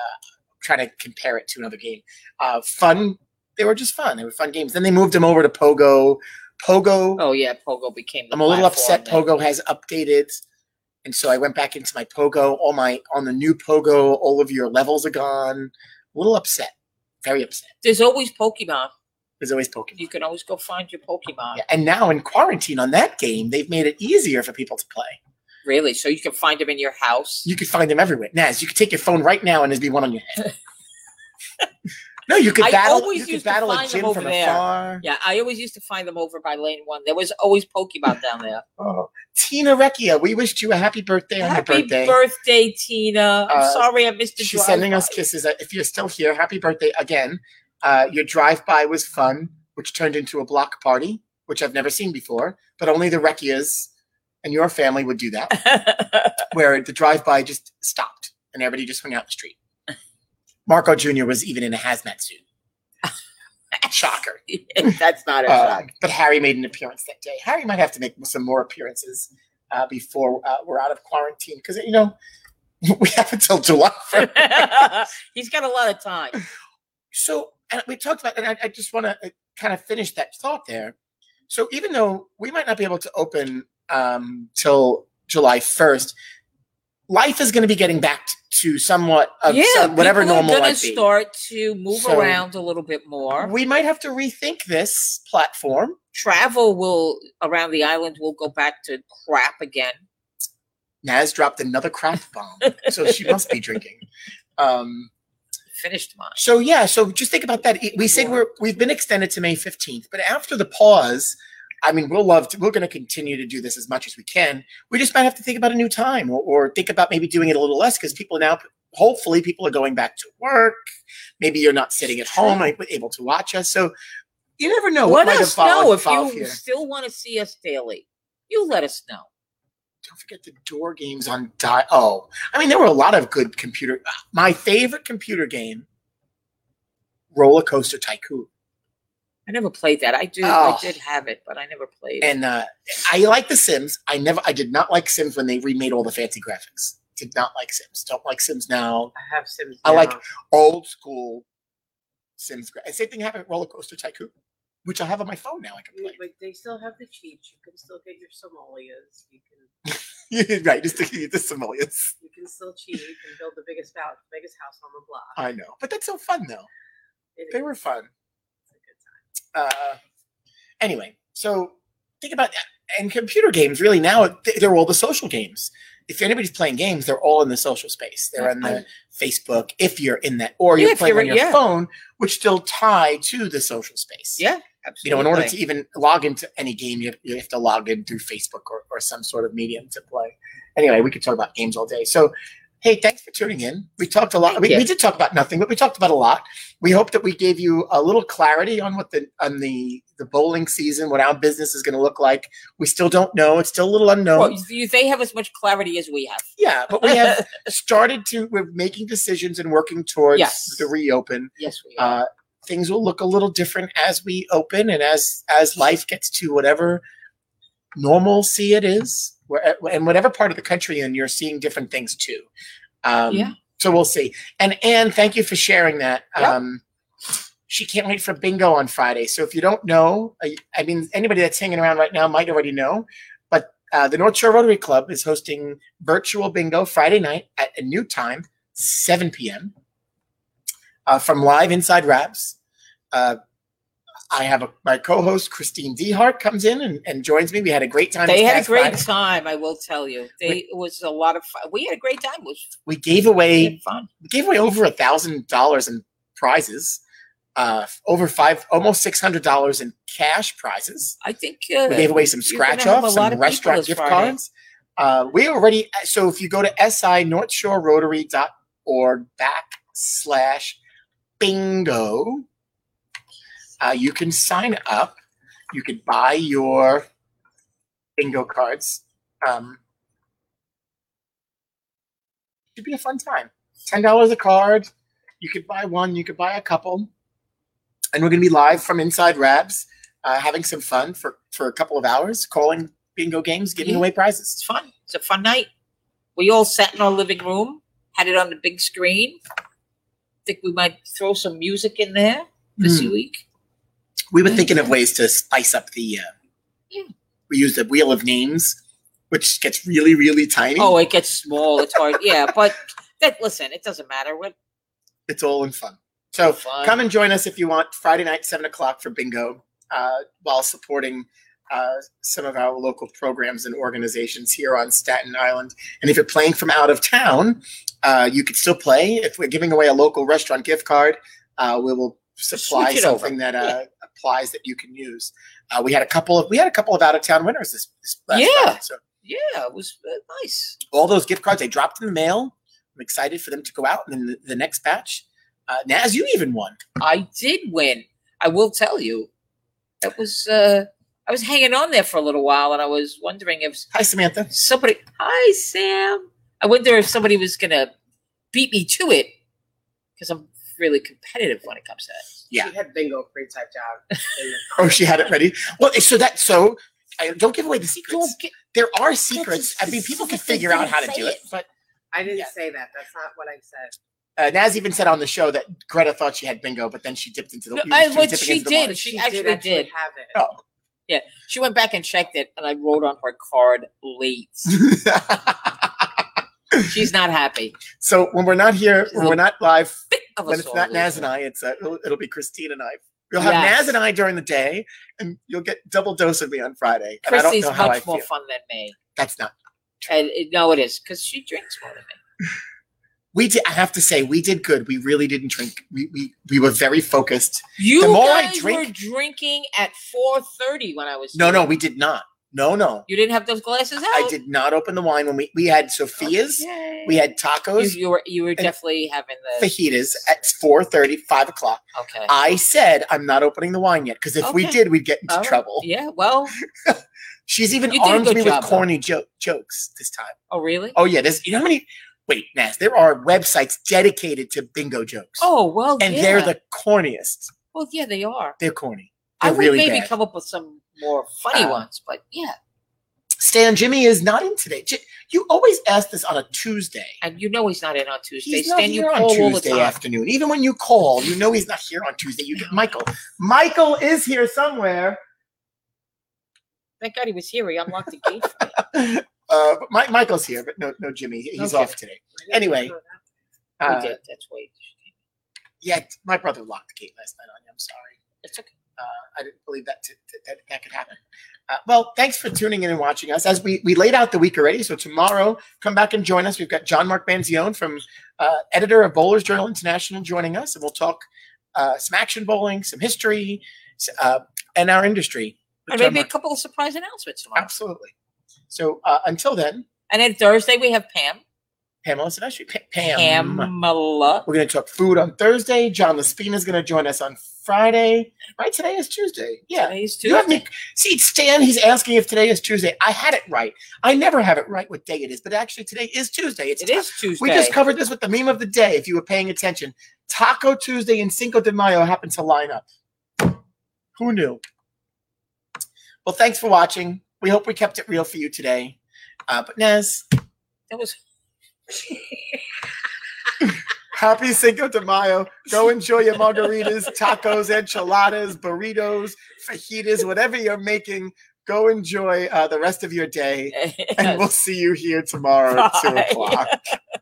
A: trying to compare it to another game. Uh, fun, they were just fun. They were fun games. Then they moved them over to Pogo. Pogo.
B: Oh yeah, Pogo became. The
A: I'm a little
B: platform
A: upset.
B: that-
A: Pogo has updated, and so I went back into my Pogo. All my on the new Pogo, all of your levels are gone. A little upset. Very upset.
B: There's always Pokemon.
A: There's always Pokemon.
B: You can always go find your Pokemon.
A: Yeah, and now in quarantine on that game, they've made it easier for people to play.
B: Really, so you can find them in your house.
A: You could find them everywhere. Naz, you could take your phone right now and there'd be one on your head. no, you could
B: I
A: battle.
B: always
A: you could
B: used to
A: battle a
B: find them
A: gym
B: over
A: from
B: there.
A: afar.
B: yeah, I always used to find them over by Lane One. There was always Pokemon down there.
A: Oh, Tina Recchia, we wished you a happy birthday on
B: Happy
A: your birthday.
B: birthday, Tina. I'm
A: Uh,
B: sorry I missed the
A: She's
B: drive
A: sending us
B: by.
A: kisses. Uh, If you're still here, happy birthday again. Uh, your drive by was fun, which turned into a block party, which I've never seen before, but only the Recchias and your family would do that. where the drive-by just stopped and everybody just hung out in the street. Marco Jr. was even in a hazmat suit. Shocker.
B: That's not a
A: Uh,
B: shock.
A: but Harry made an appearance that day. Harry might have to make some more appearances uh, before uh, we're out of quarantine because, you know, we have until July 1st.
B: He's got a lot of time.
A: So and we talked about, and I, I just want to kind of finish that thought there. So even though we might not be able to open um, till July first, life is going to be getting back t- to somewhat of some, Um, whatever
B: people are
A: normal
B: gonna
A: might be.
B: start to move
A: So-
B: around a little bit more.
A: We might have to rethink this platform.
B: Travel will around the island will go back to crap again.
A: Naz dropped another crap bomb, so she must be drinking. Um,
B: Finished mine.
A: So yeah, so just think about that. We said we're we've been extended to May fifteenth, but after the pause, I mean, we'll love to, we're going to continue to do this as much as we can. We just might have to think about a new time, or, or think about maybe doing it a little less because people now, hopefully, people are going back to work. Maybe you're not sitting at home, like, able to watch us. So you never know. what
B: let
A: might
B: us
A: evolve-
B: know if
A: evolve
B: you still want to see us daily. You let us know.
A: don't forget the door games on die. Oh, I mean, there were a lot of good computer. My favorite computer game, Roller Coaster Tycoon,
B: I never played that. I do.
A: Oh.
B: I did have it, but I never played. it.
A: and uh, I like The Sims. I never, I did not like Sims when they remade all the fancy graphics. Did not like Sims. Don't like Sims now.
C: I have Sims.
A: I like-
C: now.
A: Old school Sims. gra- And same thing happened with Roller Coaster Tycoon, which I have on my phone now. I can play.
C: Dude, Like they still have the cheats. You can still get your simileas. You can
A: right, just to get the similes.
C: you can still cheat and build the biggest house, biggest house on the block.
A: I know, but that's so fun though.
C: It
A: They
C: is-
A: were fun.
C: it's a good time.
A: Uh, anyway, so think about that. And computer games, really now th- they're all the social games. If anybody's playing games, they're all in the social space. They're on the Facebook, if you're in that, or
B: Yeah,
A: you're
B: if
A: playing
B: you're-
A: on your
B: yeah.
A: phone, which still tie to the social space.
B: yeah,
A: You know, in order to
B: absolutely.
A: even log into any game, you have, you have to log in through Facebook or, or some sort of medium to play. Anyway, we could talk about games all day. So, hey, thanks for tuning in. We talked a lot.
B: Thank
A: We,
B: you.
A: we did talk about nothing, but we talked about a lot. We hope that we gave you a little clarity on what the on the the bowling season, what our business is going to look like. We still don't know. It's still a little unknown.
B: Well, you- they have as much clarity as we have.
A: yeah, but we have started to. We're making decisions and working towards
B: Yes.
A: the reopen
B: yes, we have.
A: uh, things will look a little different as we open and as as life gets to whatever normalcy it is where, and whatever part of the country and you're seeing different things too um,
B: Yeah.
A: so we'll see and anne thank you for sharing that
B: Yep.
A: um, she can't wait for bingo on friday so if you don't know I, I mean anybody that's hanging around right now might already know but uh, the north shore rotary club is hosting virtual bingo friday night at a new time 7 p.m uh, from Live Inside Raps. Uh, I have a, my co-host Christine Dehart comes in and, and joins me. We had a great time.
B: they
A: this
B: had a
A: past
B: great
A: Friday.
B: time. I will tell you, they it was a lot of fun. We had a great time. It was
A: We gave
B: we
A: away
B: had fun.
A: we gave away over a thousand dollars in prizes, uh, over five almost six hundred dollars in cash prizes.
B: I think uh,
A: We gave away some
B: you're gonna
A: scratch
B: have a
A: offs,
B: lot
A: some
B: of people
A: restaurant
B: this
A: gift
B: Friday.
A: cards. Uh, we already so if you go to sinorthshorerotary.org backslash bingo, uh, you can sign up. You can buy your bingo cards. Um, should be a fun time. Ten dollars a card. You could buy one. You could buy a couple. And we're going to be live from inside Rabs, uh, having some fun for for a couple of hours, calling bingo games, giving
B: Yeah.
A: away prizes.
B: It's fun. It's a fun night. We all sat in our living room, had it on the big screen. think we might throw some music in there this
A: Mm.
B: week.
A: We were thinking of ways to spice up the. Uh,
B: Yeah.
A: We use the wheel of names, which gets really really tiny.
B: Oh, it gets small. It's hard. yeah, but that listen, it doesn't matter. We're
A: it's all in fun. So
B: fun.
A: come and join us if you want Friday night, seven o'clock for bingo, uh, while supporting uh, some of our local programs and organizations here on Staten Island. And if you're playing from out of town, uh, you could still play. If we're giving away a local restaurant gift card, uh, we will supply
B: Switch it over.
A: something that uh, applies that you can use. Uh, we had a couple of we had a couple of out of town winners this, this last
B: Yeah.
A: Friday, so
B: Yeah, it was uh, nice.
A: all those gift cards they dropped in the mail. I'm excited for them to go out, and then the, the next batch. Uh, Naz, you even won.
B: I did win. I will tell you. That was uh I was hanging on there for a little while and I was wondering if
A: Hi, Samantha.
B: somebody hi sam i wonder if somebody was gonna beat me to it because i'm really competitive when it comes to that
A: Yeah.
C: She had bingo pre typed out. in-
A: Oh, she had it ready. Well, so that so I don't give away the secrets.
B: Don't get-
A: There are secrets. I mean, people can figure out how to do it. But
C: I didn't
A: Yeah.
C: say that. That's not what I said.
A: uh, Naz even said on the show that Greta thought she had bingo, but then she dipped into the.
B: No,
A: she
B: I-
A: was
B: what
A: dipping
B: she
A: into the
B: did,
A: water.
B: she- actually did.
C: have it.
A: Oh.
B: she went back and checked it and i wrote on her card late she's not happy
A: so when we're not here, when we're not live,
B: Of
A: when
B: us
A: it's
B: all
A: not Naz and
B: loser.
A: I, it's uh, it'll, it'll be Christine and I. You'll have
B: Yes.
A: Naz and I during the day, and you'll get double dose of me on Friday. And I
B: christy's
A: don't know how I
B: much
A: feel.
B: more fun than me
A: That's not.
B: and it- no it is because she drinks more than me
A: We did. I have to say, we did good. We really didn't drink. We we, we were very focused.
B: you
A: The more I
B: guys
A: drink-
B: were drinking at 4.30 when i was
A: No,
B: here.
A: no, we did not. No, no.
B: You didn't have those glasses out.
A: I did not open the wine when we, we had Sophia's, we had
B: You,
A: tacos,
B: you were you were definitely having the
A: fajitas at 4.30, 5 o'clock.
B: okay.
A: I said I'm not opening the wine yet because if we
B: Okay.
A: did, we'd get into
B: All right.
A: trouble.
B: Yeah. Well.
A: She's even
B: You did a
A: armed
B: good
A: me
B: job,
A: with
B: though.
A: corny jo- jokes this time.
B: Oh really?
A: Oh yeah, there's you know how many? Wait, Nas, there are websites dedicated to bingo jokes.
B: Oh well.
A: and
B: yeah.
A: they're the corniest.
B: well. Yeah, they are.
A: They're corny.
B: I
A: They're
B: would
A: really
B: maybe
A: bad.
B: come up with some more funny
A: Uh,
B: ones, but yeah.
A: Stan Jimmy is not in today. Ji- You always ask this on a Tuesday.
B: And you know he's not in on Tuesday.
A: He's not
B: Stan, you
A: here on
B: call all the
A: Tuesday
B: time.
A: afternoon. Even when you call, you know he's not here on Tuesday. You get Michael. Michael is here somewhere.
B: Thank God he was here. He unlocked the gate. for me.
A: Uh, but Mi- Michael's here, but no, no Jimmy. He- He's
B: Okay.
A: off today. Anyway,
B: We
A: Uh,
B: did. That's why.
A: yeah, my brother locked the gate last night on you. I'm sorry.
B: It's okay.
A: uh, I didn't believe that to, to- that, that could happen. Uh, well, thanks for tuning in and watching us. As we, we laid out the week already, so tomorrow come back and join us. We've got John Mark Banzione from uh, editor of Bowlers Journal International joining us, and we'll talk uh, some action bowling, some history, s- uh, and our industry. with
B: And
A: John
B: maybe a
A: Mark.
B: couple of surprise announcements tomorrow.
A: Absolutely. So uh, until then,
B: And then Thursday we have Pam.
A: Pamela Sinestri, Pa- Pam.
B: Pamela.
A: We're going to talk food on Thursday. John Lespina is going to join us on Friday. Right? Today is Tuesday. Yeah.
B: Today's
A: You have
B: Tuesday.
A: me see Stan. He's asking if today is Tuesday. I had it right. I never have it right what day it is, but actually today is Tuesday. It's
B: It is Tuesday.
A: we just covered this with the meme of the day. If you were paying attention, Taco Tuesday and Cinco de Mayo happen to line up. Who knew? Well, thanks for watching. We hope we kept it real for you today. Uh, but Nez,
B: That was
A: happy Cinco de Mayo. Go enjoy your margaritas, tacos, enchiladas, burritos, fajitas, whatever you're making. Go enjoy uh, the rest of your day. and we'll see you here tomorrow at two
B: Bye.
A: o'clock.